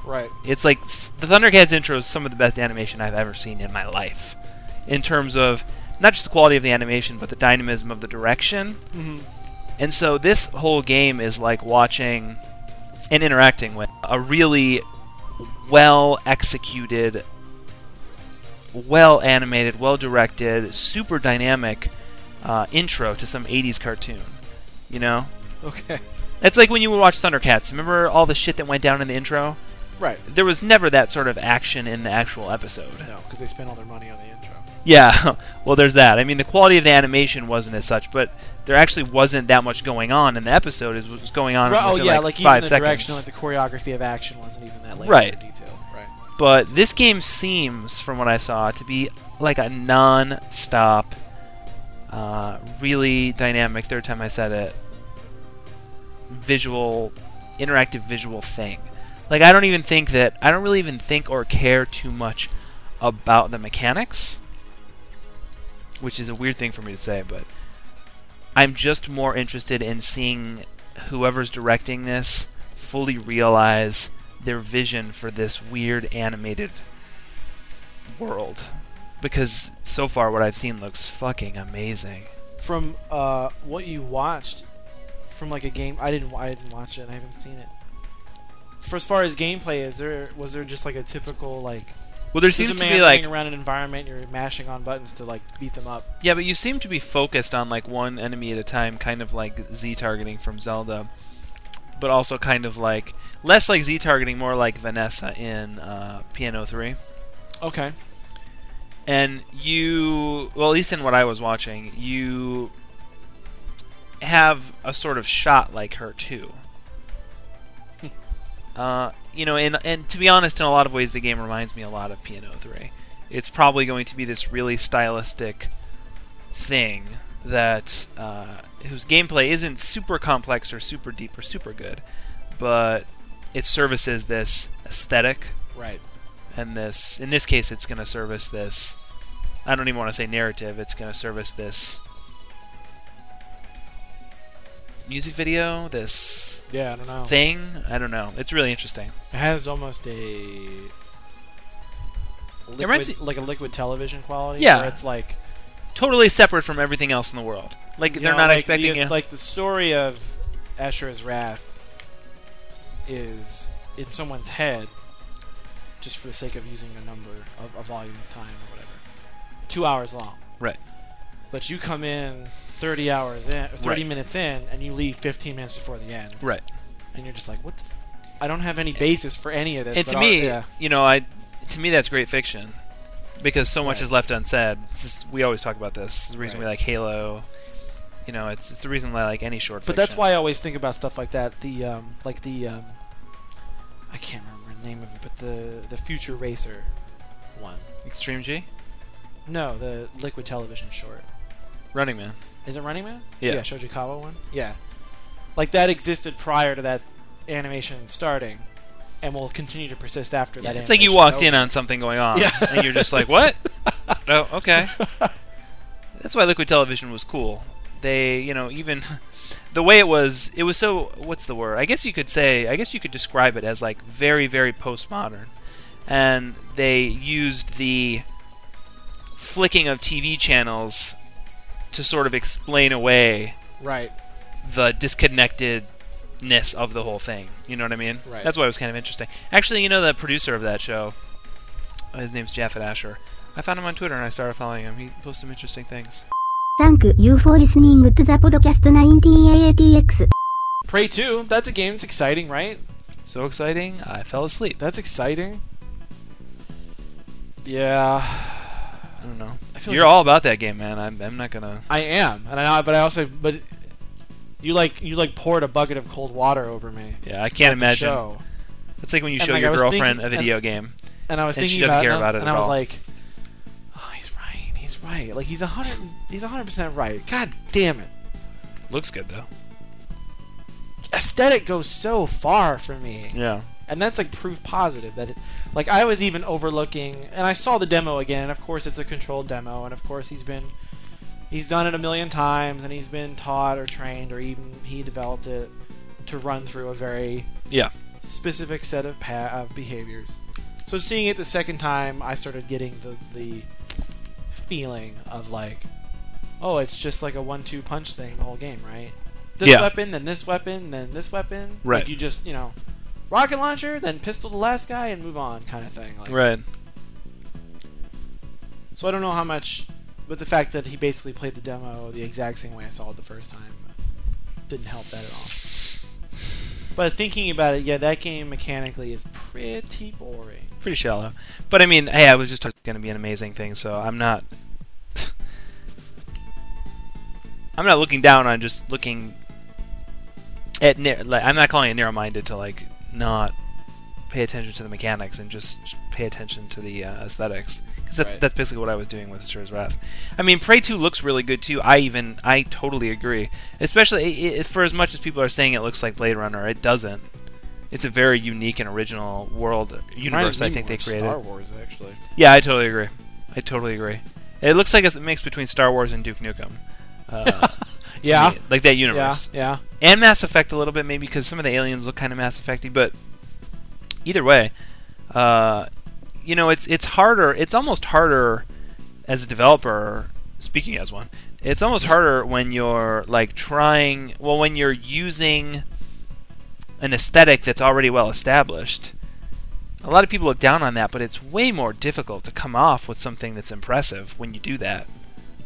Right. it's like s- the Thundercats intro is some of the best animation I've ever seen in my life, in terms of not just the quality of the animation, but the dynamism of the direction. Mm-hmm. And so this whole game is like watching and interacting with a really well executed, well animated, well directed, super dynamic uh, intro to some 80s cartoon. You know, Okay. that's like when you would watch Thundercats. Remember all the shit that went down in the intro? Right. there was never that sort of action in the actual episode. No, because they spent all their money on the intro. Yeah, well, there's that. I mean, the quality of the animation wasn't as such, but there actually wasn't that much going on in the episode. Is what was going on Right, oh within, yeah, like, like, five even the seconds. direction, like the choreography of action wasn't even that layered Right. or detailed. Right. but this game seems, from what I saw, to be like a non-stop, uh, really dynamic. Third time I said it. Visual, interactive visual thing. Like I don't even think that I don't really even think or care too much about the mechanics, which is a weird thing for me to say, but I'm just more interested in seeing whoever's directing this fully realize their vision for this weird animated world. Because so far, what I've seen looks fucking amazing. From uh, what you watched, from like a game, I didn't, I didn't watch it. and I haven't seen it. For as far as gameplay, is there was there just like a typical like Well, there there's seems a to man be like. running around an environment, you're mashing on buttons to like beat them up. Yeah, but you seem to be focused on like one enemy at a time, kind of like Z targeting from Zelda, but also kind of like. Less like Z targeting, more like Vanessa in uh, Piano 3. Okay. and you well at least in what i was watching you have a sort of shot like her too uh, you know and, and to be honest in a lot of ways the game reminds me a lot of piano 3 it's probably going to be this really stylistic thing that uh, whose gameplay isn't super complex or super deep or super good but it services this aesthetic Right. and this in this case it's going to service this i don't even want to say narrative it's going to service this music video this Yeah, I don't know. thing i don't know it's really interesting It has almost a liquid, reminds me- like a liquid television quality. Yeah. where it's like totally separate from everything else in the world like you they're know, not like expecting the, you like the story of Asher's wrath is in someone's head, just for the sake of using a number of a volume of time or whatever, two hours long. Right. But you come in thirty hours in, or thirty Right. minutes in, and you leave fifteen minutes before the end, right and you're just like, what? the f- I don't have any basis for any of this. and to but I'll- me yeah. you know i to me that's great fiction because so much Right. is left unsaid It's just- we always talk about this it's the reason we Right. like halo you know it's, it's the reason i like any short But that's fiction. why I always think about stuff like that. The um, like the um, I can't remember the name of it, but the the Future Racer one. extreme g No, the Liquid Television short. running man Is it Running Man? Yeah. yeah Shojikawa one. Yeah, like that existed prior to that animation starting, and will continue to persist after that. it's like you animation's walked over. in on something going on, Yeah. and you're just like, "What? oh, okay." That's why Liquid Television was cool. They, you know, even the way it was, it was so. What's the word? I guess you could say. I guess you could describe it as like very, very postmodern, and they used the flicking of TV channels to sort of explain away Right. the disconnectedness of the whole thing. You know what I mean? Right. That's why it was kind of interesting. Actually, you know the producer of that show. uh, His name's Jaffet Asher. I found him on Twitter and I started following him. He posts some interesting things. Thank you for listening to the podcast 1980X. Prey 2, that's a game. It's exciting, right? So exciting! I fell asleep. That's exciting. Yeah. I don't know. I feel You're like- all about that game, man. I'm, I'm not gonna. I am, and I but I also but you like you like poured a bucket of cold water over me. Yeah, I can't The imagine. show. It's like when you And, show like, I your was girlfriend thinking- a video game. And I was And she thinking doesn't about, care and I was- about it and at I was all. like, oh, he's right, he's right. Like he's a hundred, he's a hundred percent right. God damn it! Looks good though. Aesthetic goes so far for me. Yeah. and that's like proof positive that it like i was even overlooking and i saw the demo again and of course it's a controlled demo and of course he's been he's done it a million times and he's been taught or trained or even he developed it to run through a very Yeah. specific set of pa- of behaviors so seeing it the second time i started getting the the feeling of like oh it's just like a one-two punch thing the whole game right this Yeah. weapon then this weapon then this weapon Like, Right. you just you know rocket launcher, then pistol the last guy and move on, kind of thing. Like, Right. So I don't know how much, but the fact that he basically played the demo the exact same way I saw it the first time didn't help that at all. But thinking about it, yeah, that game mechanically is pretty boring. Pretty shallow. But I mean, hey, I was just talking. It's gonna be an amazing thing. So I'm not. I'm not looking down on just looking at nar- like I'm not calling it narrow-minded to like not pay attention to the mechanics and just pay attention to the uh, aesthetics because that's Right. that's basically what I was doing with Asura's Wrath. I mean, Prey 2 looks really good too. I even I totally agree. Especially i i for as much as people are saying it looks like Blade Runner, it doesn't. It's a very unique and original world universe. I think they created. Wars actually. Yeah, I totally agree. I totally agree. It looks like it's a mix between Star Wars and Duke Nukem. Uh, to Yeah. me, like that Yeah, universe yeah. and Mass Effect a little bit, maybe because some of the aliens look kind of Mass Effecty. But either way, uh, you know, it's it's harder. It's almost harder as a developer, speaking as one. It's almost harder when you're like trying. Well, when you're using an aesthetic that's already well established. A lot of people look down on that, but it's way more difficult to come off with something that's impressive when you do that.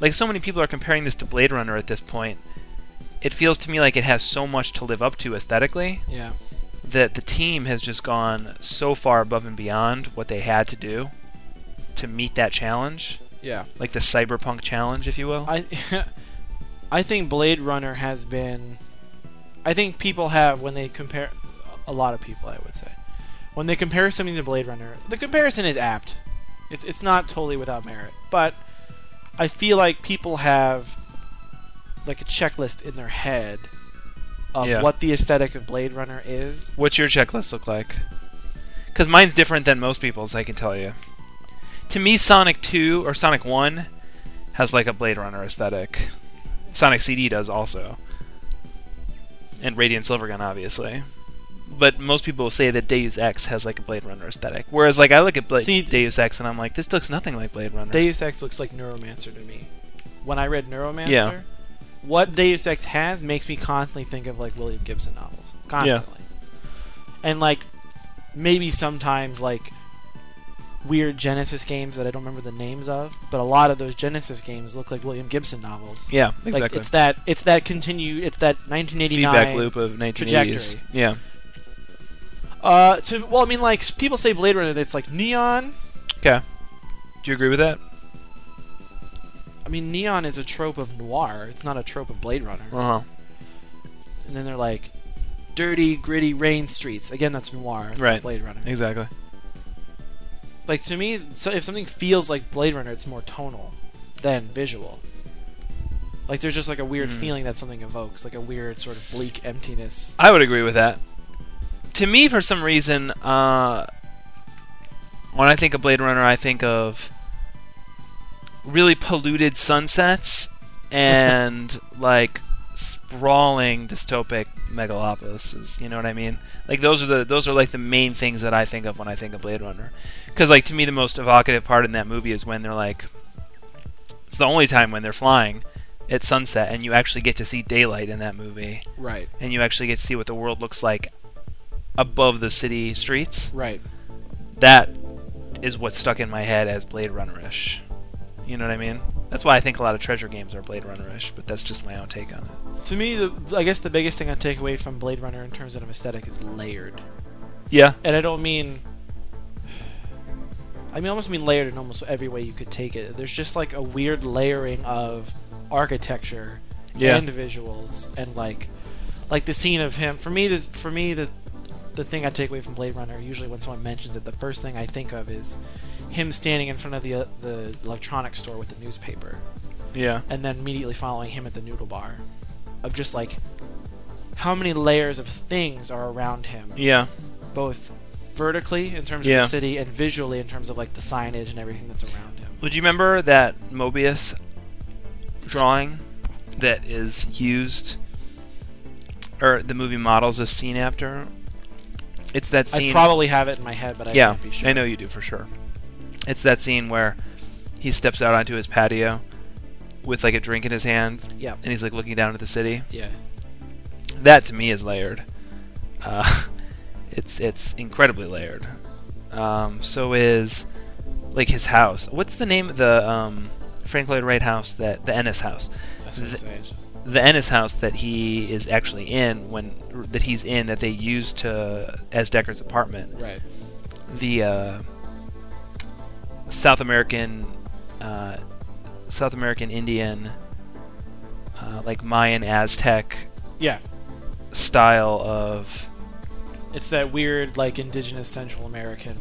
Like so many people are comparing this to Blade Runner at this point, it feels to me like it has so much to live up to aesthetically Yeah. that the team has just gone so far above and beyond what they had to do to meet that challenge, Yeah. like the cyberpunk challenge, if you will. I I think Blade Runner has been I think people have when they compare a lot of people I would say when they compare something to Blade Runner the comparison is apt it's it's not totally without merit but I feel like people have like a checklist in their head of Yeah. what the aesthetic of Blade Runner is What's your checklist look like? Because mine's different than most people's, I can tell you. To me, Sonic 2 or Sonic 1 has like a Blade Runner aesthetic. Sonic CD does also. And Radiant Silvergun, obviously. But most people say that Deus Ex has like a Blade Runner aesthetic. Whereas, like, I look at Bla- See- Deus Ex and I'm like, this looks nothing like Blade Runner. Deus Ex looks like Neuromancer to me when I read Neuromancer Yeah. what Deus Ex has makes me constantly think of like William Gibson novels, constantly, and like maybe sometimes like weird Genesis games that I don't remember the names of, but a lot of those Genesis games look like William Gibson novels. yeah, Like, exactly. it's that it's that continue it's that 1989 Feedback loop of 1980s. trajectory. Yeah. Uh, to well, I mean like s- people say Blade Runner, it's like neon. Okay. Do you agree with that? I mean neon is a trope of noir. It's not a trope of Blade Runner. Uh huh. And then they're like dirty, gritty rain streets. Again, that's noir. It's Right. Blade Runner. Exactly. like to me so if something feels like blade runner it's more tonal than visual like there's just like a weird feeling that something evokes like a weird sort of bleak emptiness I would agree with that. To me, for some reason, uh, when I think of Blade Runner, I think of really polluted sunsets and like sprawling dystopic megalopolises. You know what I mean? Like those are the those are like the main things that I think of when I think of Blade Runner. Because like to me, the most evocative part in that movie is when they're like, it's the only time when they're flying at sunset, and you actually get to see daylight in that movie, Right. and you actually get to see what the world looks like above the city streets. Right. That is what stuck in my head as Blade Runner-ish. You know what I mean? That's why I think a lot of treasure games are Blade Runner-ish, but that's just my own take on it. To me, the, I guess the biggest thing I take away from Blade Runner in terms of aesthetic is layered. Yeah, and I don't mean. I mean, I almost mean layered in almost every way you could take it. There's just like a weird layering of architecture Yeah. and visuals, and like, like the scene of him. For me, the for me the the thing I take away from Blade Runner usually when someone mentions it, the first thing I think of is him standing in front of the uh, the electronics store with the newspaper, yeah, and then immediately following him at the noodle bar, of just like how many layers of things are around him yeah. both vertically in terms Yeah. of the city and visually in terms of like the signage and everything that's around him. Would you remember that Mobius drawing that is used, or the movie models a scene after? It's that I scene. probably have it in my head, but I yeah, can't be sure. I know you do for sure. It's that scene where he steps out onto his patio with like a drink in his hand, Yeah, and he's like looking down at the city. yeah, that to me is layered. Uh, it's it's incredibly layered. Um, so is like his house. What's the name of the um, Frank Lloyd Wright house that the Ennis house? That's what I'm Th- saying. It's just- The Ennis house that he is actually in when that he's in that they use to as Decker's apartment. Right. The uh, South American uh, South American Indian uh, like Mayan Aztec yeah. style of It's that weird like indigenous Central American.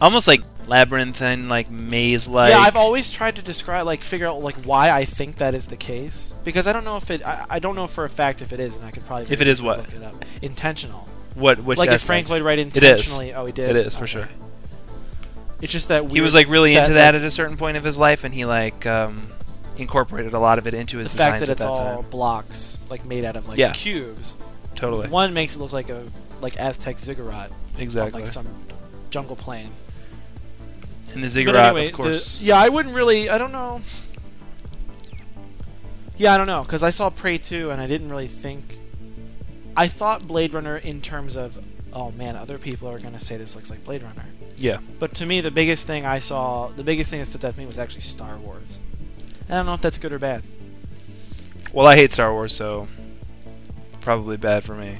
almost like labyrinthine, like maze like. yeah, I've always tried to describe like figure out like why I think that is the case because I don't know if it. I, I don't know for a fact if it is, and I could probably If it is what? look it up. intentional. what which like is aspect? Frank Lloyd Wright is. intentionally? Oh, he did. It is for Okay. sure. It's just that weird, He was like really that- into that- that at a certain point of his life, and he like um, incorporated a lot of it into the his fact designs that it's at that all time. blocks like made out of like Yeah. cubes. Totally, One makes it look like a like Aztec ziggurat, on, exactly. like some jungle plane. and the But ziggurat, anyway, of course. the- yeah, I wouldn't really. I don't know. Yeah, I don't know because I saw Prey 2 and I didn't really think. I thought Blade Runner in terms of, oh man, other people are gonna say this looks like Blade Runner. yeah, But to me, the biggest thing I saw, the biggest thing that stood out to me was actually Star Wars. I don't know if that's good or bad. well, I hate Star Wars, so probably bad for me.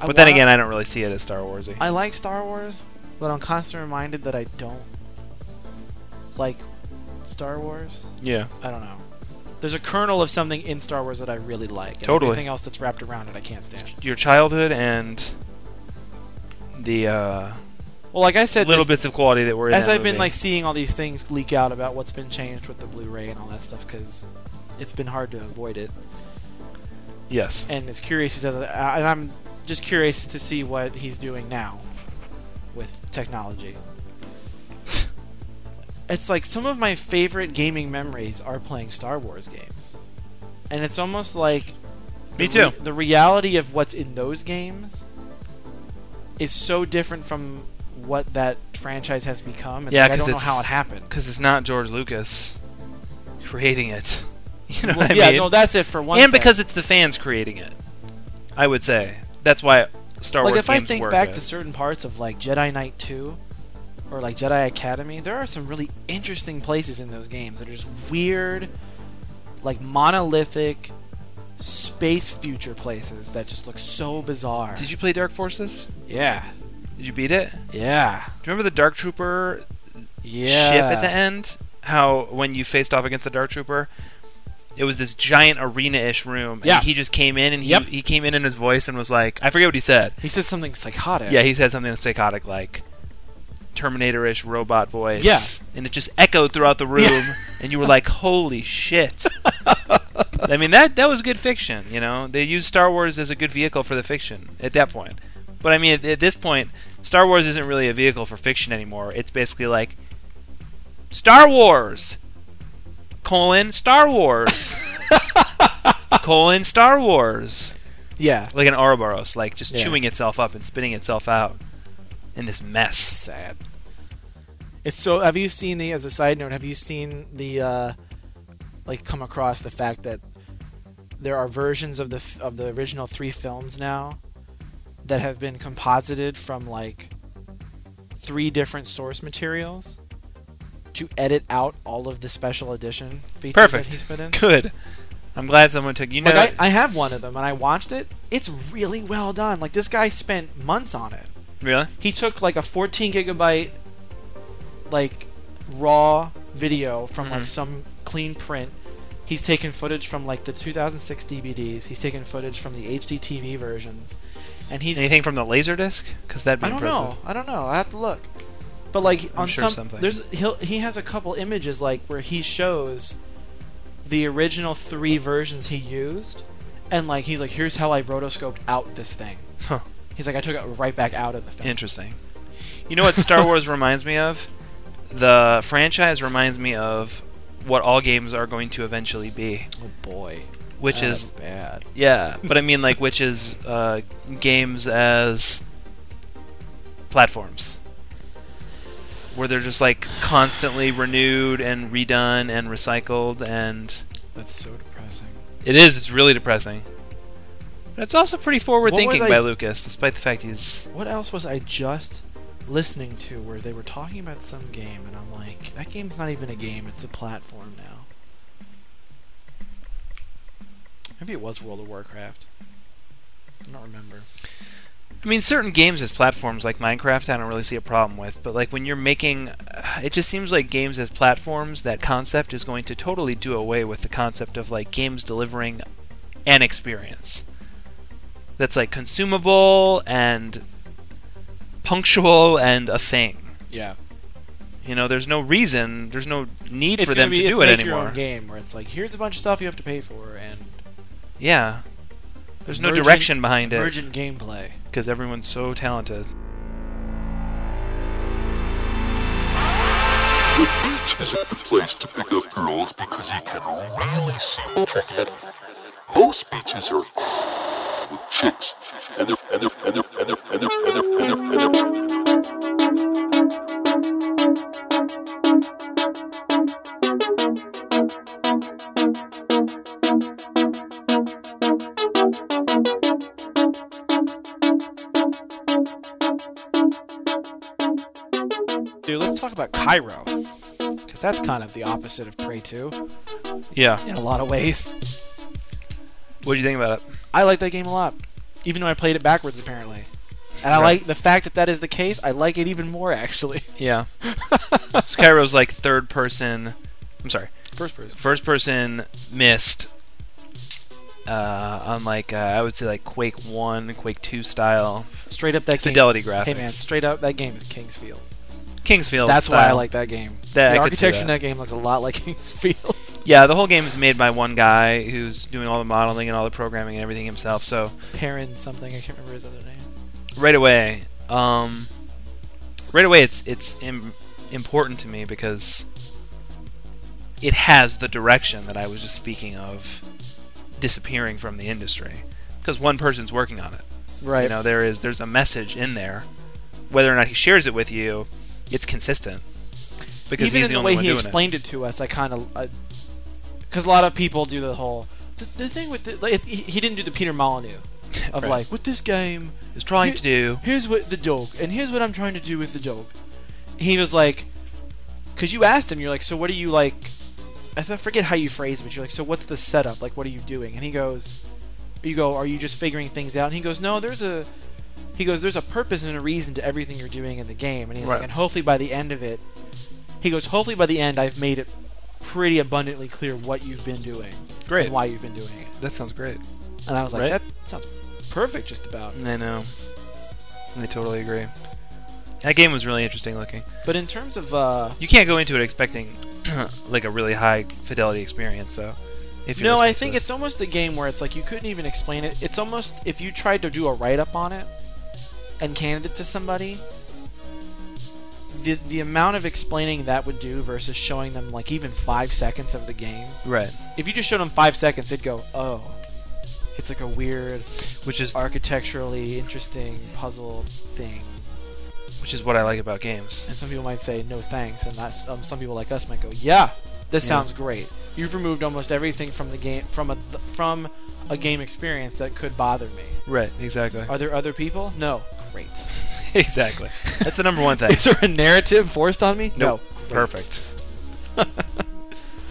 I But then wanna- again, I don't really see it as Star Warsy. I like Star Wars, but I'm constantly reminded that I don't like Star Wars. yeah, I don't know. There's a kernel of something in Star Wars that I really like. and Totally. Everything else that's wrapped around it, I can't stand. your childhood and the uh, Well, like I said, little this- bits of quality that were in as that I've been movie. like seeing all these things leak out about what's been changed with the Blu-ray and all that stuff, because it's been hard to avoid it. yes, And it's curious as uh, and I'm just curious to see what he's doing now with technology. it's like some of my favorite gaming memories are playing Star Wars games, and it's almost like me the too. re- the reality of what's in those games is so different from what that franchise has become. It's Yeah, like, I 'cause don't know it's- how it happened. because it's not George Lucas creating it. You know Well, what I yeah, mean? no, that's it for one. and thing. because it's the fans creating it, I would say that's why Star like Wars if I games think work. back good. to certain parts of like Jedi Knight Two or like Jedi Academy, there are some really interesting places in those games that are just weird, like monolithic space future places that just look so bizarre. Did you play Dark Forces? Yeah, Did you beat it? Do yeah, you remember the Dark Trooper yeah. ship at the end? How when you faced off against the Dark Trooper, it was this giant arena-ish room, Yeah. and he just came in and he Yep. he came in in his voice and was like, I forget what he said. He says something psychotic. Yeah, he said something psychotic like Terminator-ish robot voice. Yeah. and it just echoed throughout the room, and you were like, "Holy shit!" I mean, that that was good fiction. You know, they used Star Wars as a good vehicle for the fiction at that point. But I mean, at, at this point, Star Wars isn't really a vehicle for fiction anymore. It's basically like Star Wars colon Star Wars colon Star Wars, Yeah. like an Ouroboros, like just Yeah. chewing itself up and spitting itself out in this mess. Sad. It's so. Have you seen the? As a side note, have you seen the? Uh, like, come across the fact that there are versions of the f- of the original three films now that have been composited from like three different source materials to edit out all of the special edition features Perfect. that he's put in. Good. I'm glad someone took. You know, Like I, I have one of them and I watched it. It's really well done. Like this guy spent months on it. really? He took like a 14 gigabyte like raw video from Mm-hmm. like some clean print. He's taken footage from like the 2006 DVDs. He's taken footage from the HD TV versions, and he's Anything from the Laserdisc? Because that'd be I don't impressive. know. I don't know. I have to look. But like on sure some something. there's he'll, he has a couple images like where he shows the original three versions he used, and like he's like, here's how I rotoscoped out this thing. Huh. He's like, I took it right back out of the film. Interesting. You know what Star Wars reminds me of? The franchise reminds me of what all games are going to eventually be, Oh boy, which Um, is bad. yeah, but I mean like which is uh, games as platforms where they're just like constantly renewed and redone and recycled and That's so depressing. it is it's really depressing. But it's also pretty forward thinking was I- by Lucas despite the fact he's What else was I just listening to where they were talking about some game, and I'm like, that game's not even a game; it's a platform now. Maybe it was World of Warcraft. I don't remember. I mean, certain games as platforms like Minecraft, I don't really see a problem with. But like when you're making, uh, it just seems like games as platforms, that concept is going to totally do away with the concept of like games delivering an experience that's like consumable and punctual and a thing. Yeah, You know, there's no reason, there's no need it's for them gonna be, to it's do it make Your anymore. own game where it's like, here's a bunch of stuff you have to pay for, and Yeah, there's no emergent- direction behind it. emergent gameplay. because everyone's so talented. The beach isn't the place to pick up girls because you can really see what you're getting. Most beaches are with chicks, and they're and they're and they're and they're and they're and they're and they're. And they're Dude, let's talk about Cairo, because that's kind of the opposite of Prey 2 Yeah, in a lot of ways. what do you think about it? I like that game a lot, even though I played it backwards apparently. And I like the fact that that is the case. I like it even more actually. Yeah. Skyro's like third person. I'm sorry, First person. first person missed. Uh, on like uh, I would say like Quake One, Quake Two style Straight up that game. fidelity graphics. Hey man, straight up that game is Kingsfield. Kingsfield. That's why I style. like that game. That- the I could see architecture in that. that game looks a lot like Kingsfield. Yeah, the whole game is made by one guy who's doing all the modeling and all the programming and everything himself. So Perrin something, I can't remember his other name. right away, um, right away, it's it's Im- important to me because it has the direction that I was just speaking of disappearing from the industry because one person's working on it. Right. You know, there is there's a message in there, whether or not he shares it with you, it's consistent because even he's in the the only way one he doing explained it. to us, I kind of because a lot of people do the whole the, the thing with the, like, if- he he didn't do the Peter Molyneux of Right. like with this game it. He's trying to do. Here's what the dog, and here's what I'm trying to do with the dog. He was like, because you asked him, you're like, so what are you like? I th- I forget how you phrase it, but you're like, so what's the setup? Like, what are you doing? And he goes, you go, are you just figuring things out? And he goes, no, there's a, he goes, there's a purpose and a reason to everything you're doing in the game. And he's Right. like, and hopefully by the end of it, he goes, hopefully by the end, I've made it pretty abundantly clear what you've been doing Great. and why you've been doing it. That sounds great. And I was like, Right. that sounds perfect, just about. I know. I totally agree. That game was really interesting looking. But in terms of uh, You can't go into it expecting like a really high fidelity experience, though. If you're no, I listening to think this. it's almost a game where it's like you couldn't even explain it. It's almost if you tried to do a write up on it and candidate to somebody, the the amount of explaining that would do versus showing them like even five seconds of the game. right. If you just showed them five seconds, they'd go, "Oh, It's like a weird, which is architecturally interesting puzzle thing. which is what I like about games. And some people might say no thanks, and that's um, some people like us might go, yeah, this Yeah. sounds great. You've removed almost everything from the game from a from a game experience that could bother me. Right, exactly. Are there other people? No. Great. exactly. That's the number one thing. Is there a narrative forced on me? Nope. No. Great. Perfect.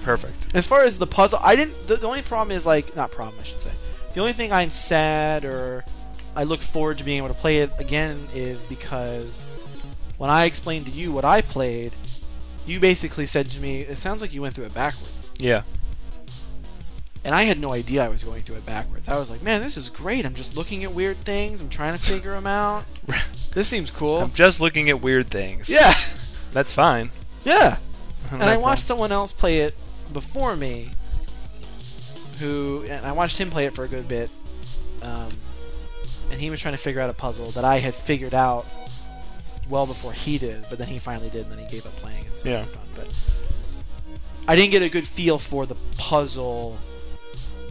Perfect. As far as the puzzle, I didn't. The, the only problem is like not problem, I should say. The only thing I'm sad or I look forward to being able to play it again is because when I explained to you what I played, you basically said to me, "It sounds like you went through it backwards," Yeah. and I had no idea I was going through it backwards. I was like, "Man, this is great. I'm just looking at weird things. I'm trying to figure them out. This seems cool." I'm just looking at weird things. Yeah, That's fine. yeah. I'm and not I watched someone else play it before me, who and I watched him play it for a good bit, um, and he was trying to figure out a puzzle that I had figured out well before he did, but then he finally did, and then he gave up playing it. So I Yeah. moved on. But I didn't get a good feel for the puzzle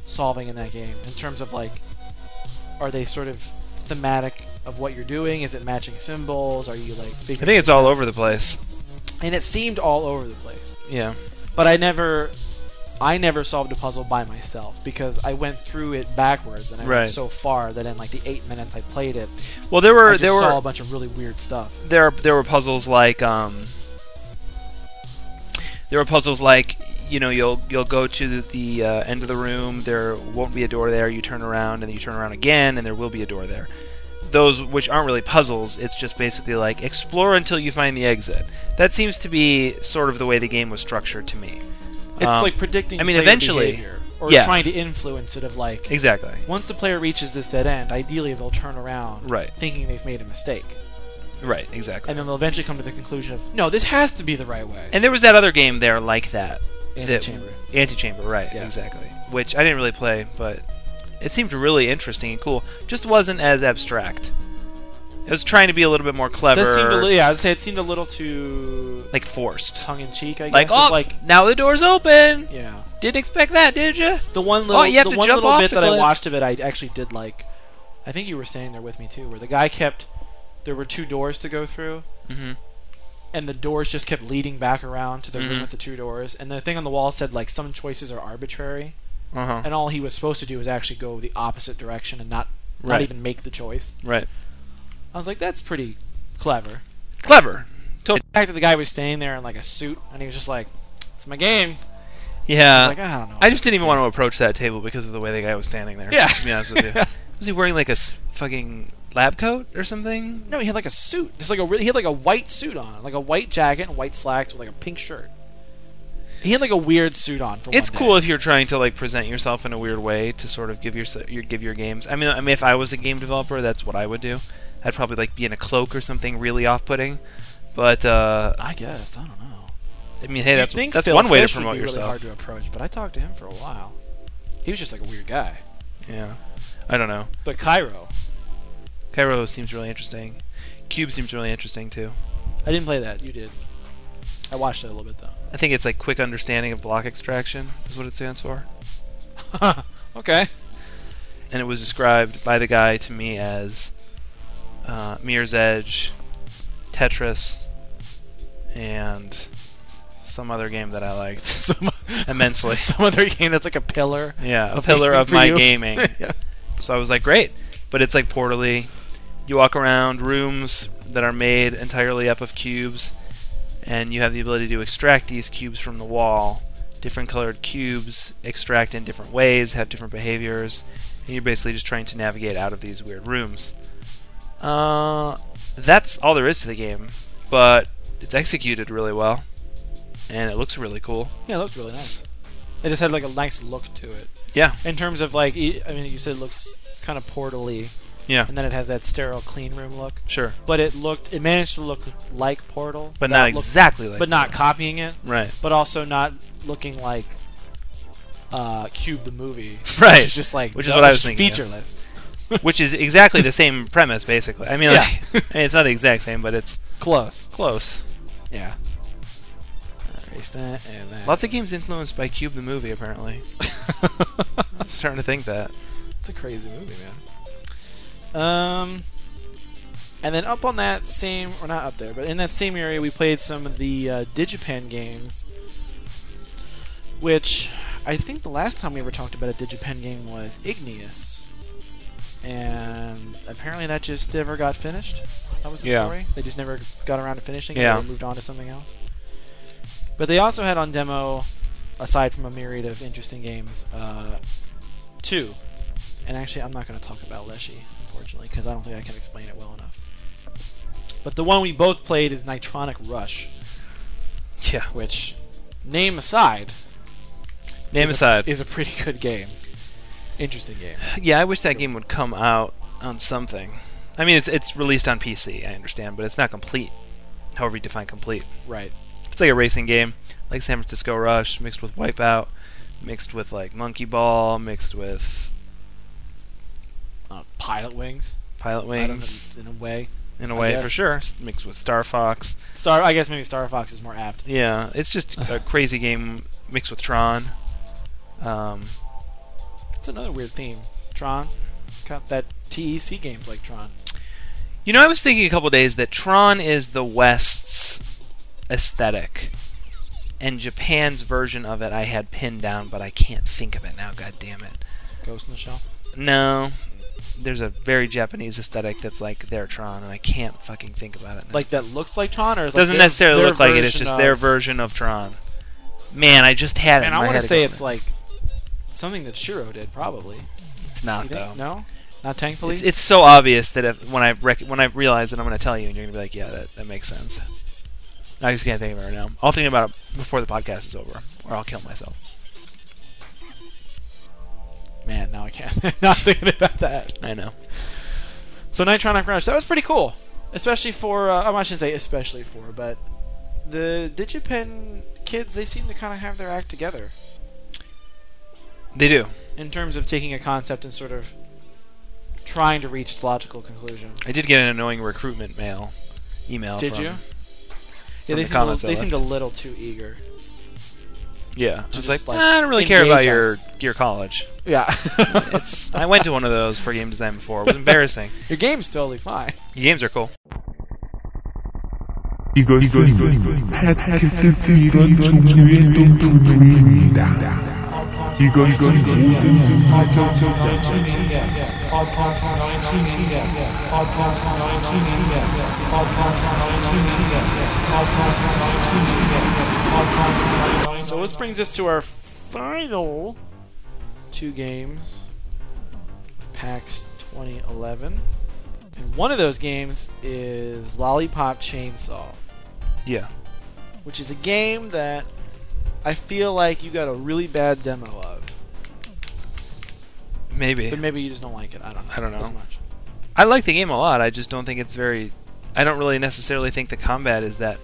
solving in that game in terms of like, are they sort of thematic of what you're doing? Is it matching symbols? Are you like figuring? I think it's all over the place. and it seemed all over the place Yeah. but I never I never solved a puzzle by myself because I went through it backwards and I Right. went so far that in like the eight minutes I played it, Well, there I were just there saw were a bunch of really weird stuff. there there were puzzles like um there were puzzles like you know you'll you'll go to the, the uh, end of the room there won't be a door there you turn around and you turn around again and there will be a door there those which aren't really puzzles it's just basically like explore until you find the exit that seems to be sort of the way the game was structured to me It's Um, like predicting. I mean, player eventually- behavior or yeah. trying to influence it of like exactly once the player reaches this dead end, ideally they'll turn around, Right. thinking they've made a mistake, right exactly and and, then they'll eventually come to the conclusion of no, this has to be the right way. there was that other game there like that that- Antechamber. Antichamber, right? Yeah. Exactly. Which I didn't really play, but it seemed really interesting and cool. Just wasn't as abstract. It was trying to be a little bit more clever, That seemed a little, yeah, I'd say it seemed a little too like forced. tongue in cheek. I guess Like, It's oh, like now the door's open. yeah. Didn't expect that, did you? The one little, you have the to one jump little off bit the that I cliff. watched of it, I actually did like. I think you were standing there with me too, where the guy kept. There were two doors to go through, Mm-hmm. and the doors just kept leading back around to the room Mhm. with the two doors. And the thing on the wall said like some choices are arbitrary, Uh huh. and all he was supposed to do was actually go the opposite direction and not not Right. even make the choice. Right. I was like, that's pretty clever. Clever. The fact that the guy was standing there in like a suit, and he was just like, "It's my game." Yeah. like ah, I don't know. Uh, I just didn't even want to approach that table because of the way the guy was standing there. Yeah. To be honest with you. was he wearing like a s- fucking lab coat or something? No, he had like a suit. It's like a really, he had like a white suit on, like a white jacket and white slacks with like a pink shirt. He had like a weird suit on. For It's one cool Day. if you're trying to like present yourself in a weird way to sort of give your, your give your games. I mean, I mean, if I was a game developer, that's what I would do. I'd probably like be in a cloak or something really off-putting. But uh, I guess I don't know. I mean, hey, that's You'd think that's Phil one way to Fish would promote be Really hard yourself. to approach, but I talked to him for a while. He was just like a weird guy. Yeah, I don't know. But Cairo, Cairo seems really interesting. Cube seems really interesting too. I didn't play that. You did. I watched it a little bit though. I think it's like quick understanding of block extraction is what it stands for, okay. and it was described by the guy to me as uh, Mirror's Edge, Tetris, and some other game that I liked. Some, immensely. some other game that's like a pillar. Yeah, a of pillar gaming of for my you. gaming. yeah. So I was like, great. But it's like portally. You walk around rooms that are made entirely up of cubes, and you have the ability to extract these cubes from the wall. Different colored cubes extract in different ways, have different behaviors, and you're basically just trying to navigate out of these weird rooms. Uh, that's all there is to the game, but it's executed really well, and it looks really cool. Yeah, it looked really nice. It just had like a nice look to it. Yeah, In terms of like, e- I mean, you said it looks kind of portally, yeah, and then it has that sterile clean room look. sure, But it looked, it managed to look like Portal, but without not look- exactly like. but not copying it, right. but also not looking like uh, Cube the movie, Right. Which is just like, Which is no, what I it's was thinking, yeah. featureless. which is exactly the same premise, basically. I mean, Yeah. like, I mean, it's not the exact same, but it's Close, close. yeah. Erase that and that. Lots of games influenced by Cube the movie, apparently. I'm starting to think that. It's a crazy movie, man. Um, and then up on that same, or not up there, but in that same area, we played some of the uh, Digipen games, which I think the last time we ever talked about a Digipen game was Igneous, and apparently that just never got finished. That was the Yeah. story. They just never got around to finishing. it. Yeah. They moved on to something else. But they also had on demo, aside from a myriad of interesting games, uh, two. And actually, I'm not going to talk about Leshy, unfortunately, because I don't think I can explain it well enough. But the one we both played is Nitronic Rush, Yeah. which, name aside, Name is aside. a, is a pretty good game. Interesting game. yeah, I wish that game would come out on something. I mean, it's it's released on PC, I understand, but it's not complete. However you define complete. Right. It's like a racing game, like San Francisco Rush, mixed with Wipeout, mixed with like Monkey Ball, mixed with Uh, Pilot Wings. Pilot I don't know, Wings, in a way. in a I way guess. for sure, s- mixed with Star Fox. Star. I guess maybe Star Fox is more apt. Yeah, it's just a crazy game mixed with Tron. Um, It's another weird theme. Tron. It's kind of that TEC games like Tron. You know, I was thinking a couple days that Tron is the West's aesthetic, and Japan's version of it I had pinned down, but I can't think of it now. God damn it! Ghost in the Shell. No, there's a very Japanese aesthetic that's like their Tron, and I can't fucking think about it. Now. Like that looks like Tron, or is it doesn't like their- necessarily their look like it. It's version just of- their version of Tron. Man, I just had it. And in I my want head to a say couple it's like something that Shiro did, probably. minutes. it's You not think? though. No, not Tank Police. It's, it's so obvious that if, when I rec- when I realize it, I'm going to tell you, and you're going to be like, "Yeah, that, that makes sense." I just can't think of it right now. I'll think about it before the podcast is over, or I'll kill myself. man. Now I can't. not thinking about that. I know. So Nitronic Rush, that was pretty cool, especially for. Uh, I shouldn't say especially for, but the Digipen kids, they seem to kind of have their act together They do. in terms of taking a concept and sort of trying to reach its logical conclusion. I did get an annoying recruitment mail email. Did from- you? from Yeah, they, the seemed a, comments they I seemed a little too eager. Yeah. I just, was like, like, "Ah, I don't really care about engage your us." your college. Yeah, It's I went to one of those for game design before. It was embarrassing. your game's totally fine. Your games are cool. So this brings us to our final two games of PAX 2011. And one of those games is Lollipop Chainsaw, Yeah. which is a game that I feel like you got a really bad demo of. Maybe. But maybe you just don't like it. I don't know. I don't know. As much. I like the game a lot. I just don't think it's very. I don't really necessarily think the combat is that.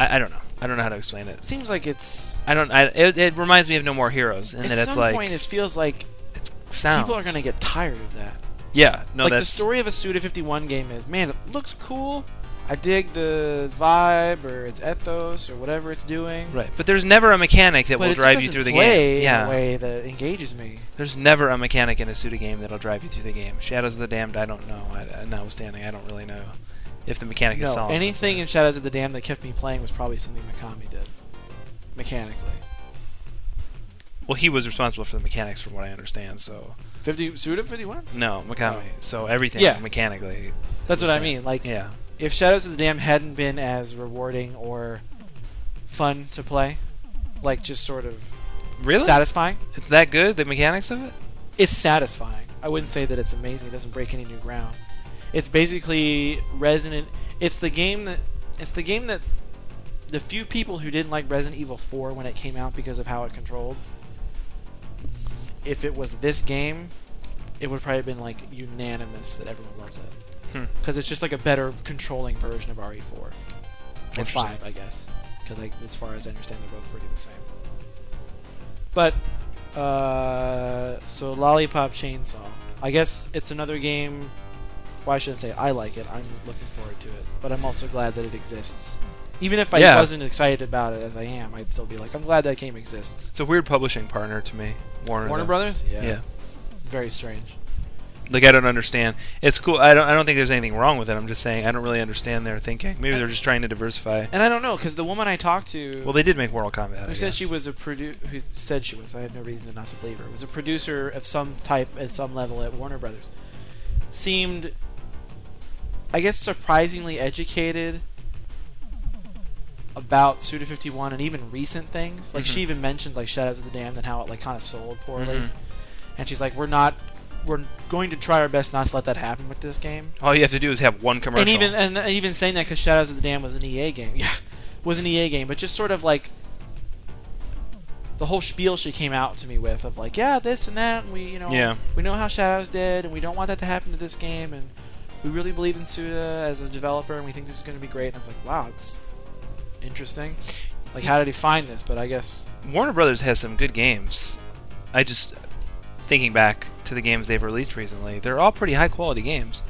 I, I don't know. I don't know how to explain it. Seems like it's I don't. I, it, it reminds me of No More Heroes, and at that it's some like point it feels like it's sound. people are gonna get tired of that. Yeah. No, like that's the story of a Suda 51 game is, man, it looks cool. I dig the vibe or its ethos or whatever it's doing. right. But there's never a mechanic that but will it drive just you through the doesn't play game. in Yeah. a way that engages me. There's never a mechanic in a Suda game that'll drive you through the game. Shadows of the Damned. I don't know. I, I- notwithstanding, I don't really know if the mechanic is No, solid. anything in Shadows of the Dam that kept me playing was probably something Mikami did mechanically. Well, he was responsible for the mechanics, from what I understand. So 50 Suda 51? no, Mikami. Oh. So everything Yeah. mechanically. That's was what I like- mean. Like, Yeah. if Shadows of the Dam hadn't been as rewarding or fun to play, like just sort of Really? satisfying, It's that good, the mechanics of it? it's satisfying. I wouldn't say that it's amazing. It doesn't break any new ground. It's basically Resident. It's the game that. It's the game that the few people who didn't like Resident Evil 4 when it came out because of how it controlled. If it was this game, it would probably have been like unanimous that everyone loves Hmm. it. Because it's just like a better controlling version of E RE4 or Interesting. five, I guess, because like as far as I understand, they're both pretty the same. But uh, so Lollipop Chainsaw, I guess it's another game. Well, I shouldn't say I like it. I'm looking forward to it, but I'm also glad that it exists Even if I Yeah. wasn't excited about it as I am, I'd still be like, I'm glad that game exists. It's a weird publishing partner to me, Warner. Warner though. Brothers? Yeah. Very strange. Like I don't understand. It's cool. I don't. I don't think there's anything wrong with it. I'm just saying I don't really understand their thinking. Maybe they're just trying to diversify. And I don't know, because the woman I talked to. Well, they did make Mortal Kombat. I Who said she guess. was a produ- Who said she was? I have no reason to not to believe her. Was a producer of some type at some level at Warner Brothers. Seemed, I guess, surprisingly educated about Suda Fifty One and even recent things. Like she even mentioned like Shadows of the Damned and how it like kind of sold poorly. Mhm. And she's like, we're not. We're going to try our best not to let that happen with this game. All you have to do is have one commercial. And even and even saying that because Shadows of the Dam was an EA game, yeah, was an EA game, but just sort of like the whole spiel she came out to me with of like, yeah, this and that, and we you know Yeah. we know how Shadows did, and we don't want that to happen to this game, and we really believe in Suda as a developer, and we think this is going to be great. And I was like, wow, it's interesting. Like, how did he find this? But I guess Warner Brothers has some good games. I just thinking back to the games they've released recently, they're all pretty high quality games.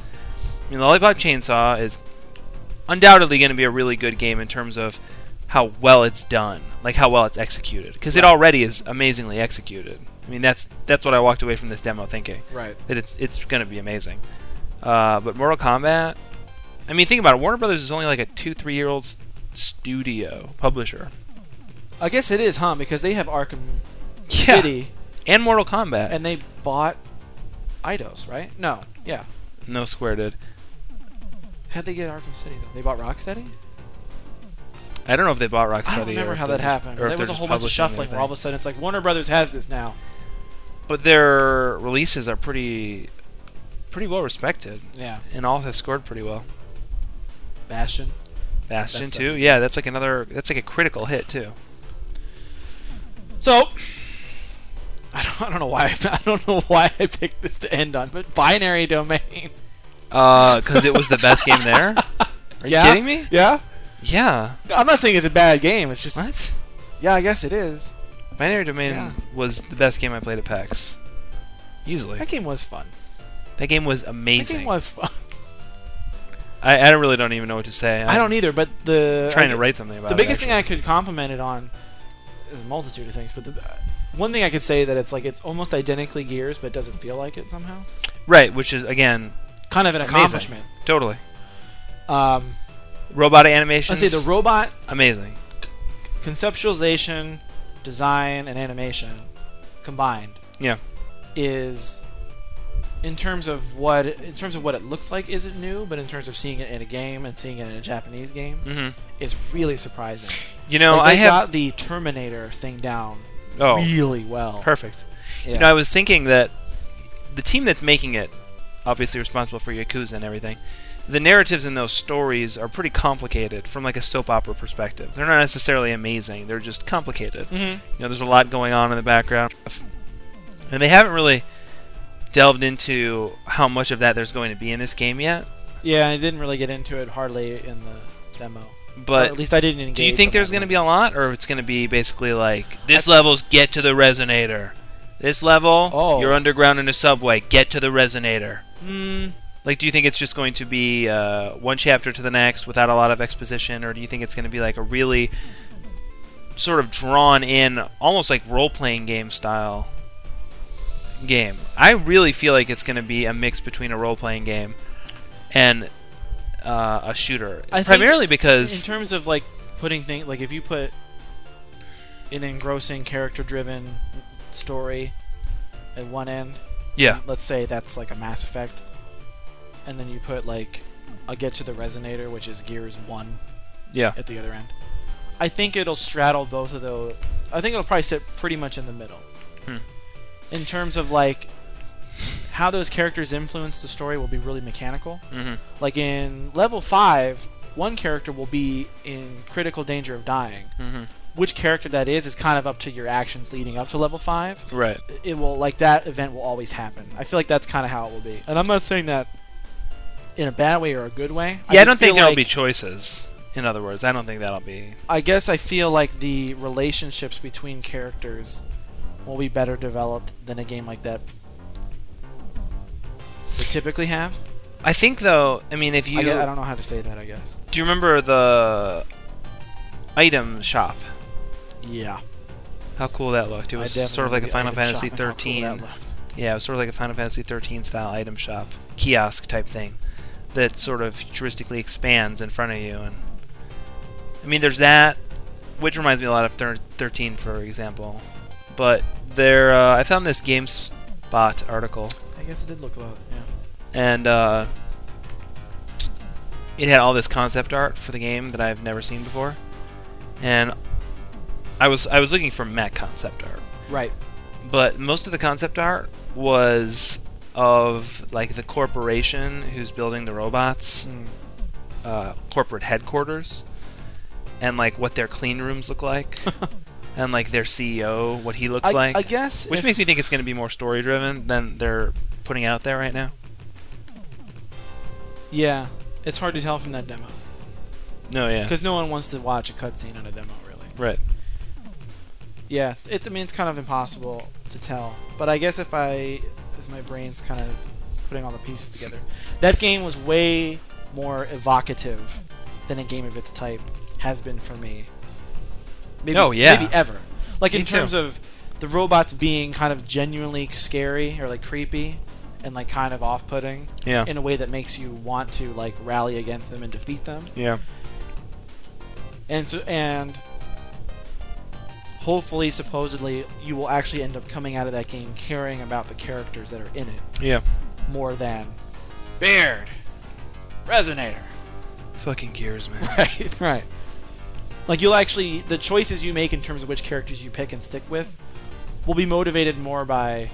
I mean, Lollipop Chainsaw is undoubtedly going to be a really good game in terms of how well it's done, like how well it's executed, because it already is amazingly executed. I mean, that's that's what I walked away from this demo thinking right. that it's it's going to be amazing. Uh, but Mortal Kombat, I mean, think about it. Warner Brothers is only like a two three year old s- studio publisher. I guess it is, huh? Because they have Arkham Yeah. City, and Mortal Kombat. and they bought Eidos, right? No, yeah. No Square did. How'd they get Arkham City though? They bought Rocksteady. I don't know if they bought Rocksteady. I don't or remember if how they're that just- happened. or There if they're was a just whole bunch of publishing shuffling where all of a anything. sudden it's like Warner Brothers has this now. But their releases are pretty, pretty well respected, Yeah, and all have scored pretty well. Bastion. Bastion That's too. Yeah, that's like another. That's like a critical hit too. So I don't, I don't know why I don't know why I picked this to end on, but binary domain. Uh, Because it was the best game there. Are you Yeah. kidding me? Yeah, Yeah. I'm not saying it's a bad game. It's just What? yeah, I guess it is. Binary Domain Yeah. was the best game I played at PAX. Easily. That game was fun. That game was That amazing. game was fun. I, I really don't even know what to say. I'm I don't either, but the trying I- to write something about the it, biggest thing actually. I could compliment it on is a multitude of things, but the one thing I could say that it's like it's almost identically Gears, but doesn't feel like it somehow. Right, which is again Kind of an amazing. accomplishment. Totally. Um, Robot animations. I'd say the robot amazing. conceptualization, design, and animation combined Yeah. is in terms of what in terms of what it looks like isn't new, but in terms of seeing it in a game and seeing it in a Japanese game Mm-hmm. is really surprising. You know, Like, I they have. got the Terminator thing down oh, really well. perfect. Yeah. You know, I was thinking that the team that's making it, obviously responsible for Yakuza and everything, the narratives in those stories are pretty complicated from like a soap opera perspective. They're not necessarily amazing. They're just complicated. Mhm. You know, there's a lot going on in the background, and they haven't really delved into how much of that there's going to be in this game yet. Yeah, I didn't really get into it hardly in the demo. or But at least I didn't engage. Do you think in there's that going to one. be a lot, or it's going to be basically like this level's get to the resonator, this level Oh. you're underground in a subway, get to the resonator. Mm, Like, do you think it's just going to be uh, one chapter to the next without a lot of exposition, or do you think it's going to be like a really sort of drawn in, almost like role playing game style game? I really feel like it's going to be a mix between a role playing game and uh, a shooter, I think primarily in because terms of like putting things like if you put an engrossing character driven story at one end yeah, let's say that's like a mass effect and then you put like a get to the resonator which is gears 1 yeah. at the other end i think it'll straddle both of those i think it'll probably sit pretty much in the middle Hmm. in terms of like how those characters influence the story will be really mechanical hmm like in level 5 one character will be in critical danger of dying Mhm. which character that is is kind of up to your actions leading up to level 5 Right. it will like that event will always happen i feel like that's kind of how it will be and i'm not saying that in a bad way or a good way Yeah, I, just don't think feel there'll like- be choices. In other words, I don't think that'll be. i guess i feel like the relationships between characters will be better developed than a game like that would typically have I think thogue I mean, if you I, gue- I don't know how to say that i guess do, you remember the item shop. Yeah. How cool that looked! It was I sort of like a definitely Final did item Fantasy shopping. How cool 13. that looked. Yeah, it was sort of like a Final Fantasy 13 style item shop, kiosk type thing that sort of futuristically expands in front of you. And I mean, there's that, which reminds me a lot of thir- 13, for example. But there, uh, I found this GameSpot article, I guess it did look a lot. Yeah. and uh, it had all this concept art for the game that I've never seen before. And I was I was looking for mech concept art Right. but most of the concept art was of like the corporation who's building the robots Mm. uh, corporate headquarters and like what their clean rooms look like and like their ceo what he looks I, like I guess. which if- makes me think it's going to be more story driven than they're putting out there right now Yeah. It's hard to tell from that demo no yeah because no one wants to watch a cutscene on a demo, really. right Yeah. It's. I mean, it's kind of impossible to tell. But I guess if I, as my brain's kind of putting all the pieces together, that game was way more evocative than a game of its type has been for me. Maybe, Oh, yeah. Maybe ever. Like in Me too. terms of the robots being kind of genuinely scary or like creepy and like kind of off-putting. yeah in a way that makes you want to like rally against them and defeat them. yeah And so and hopefully supposedly you will actually end up coming out of that game caring about the characters that are in it yeah more than Beard Resonator. fucking gears man Right. Right. Like you'll actually the choices you make in terms of which characters you pick and stick with will be motivated more by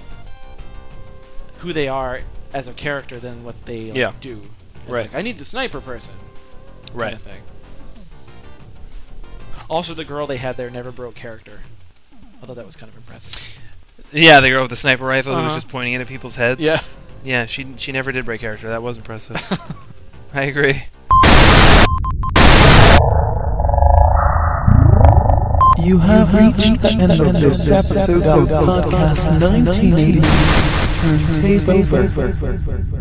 who they are as a character than what they like, Yeah. do. It's Right. like, I need the sniper person. right kind of thing. Also, the girl they had there never broke character. Although that was kind of impressive. yeah the girl with the sniper rifle who was Uh-huh. just pointing it at people's heads yeah she, she never did break character that was impressive i agree You have reached the end of this episode of Podcast 1980. Turntable.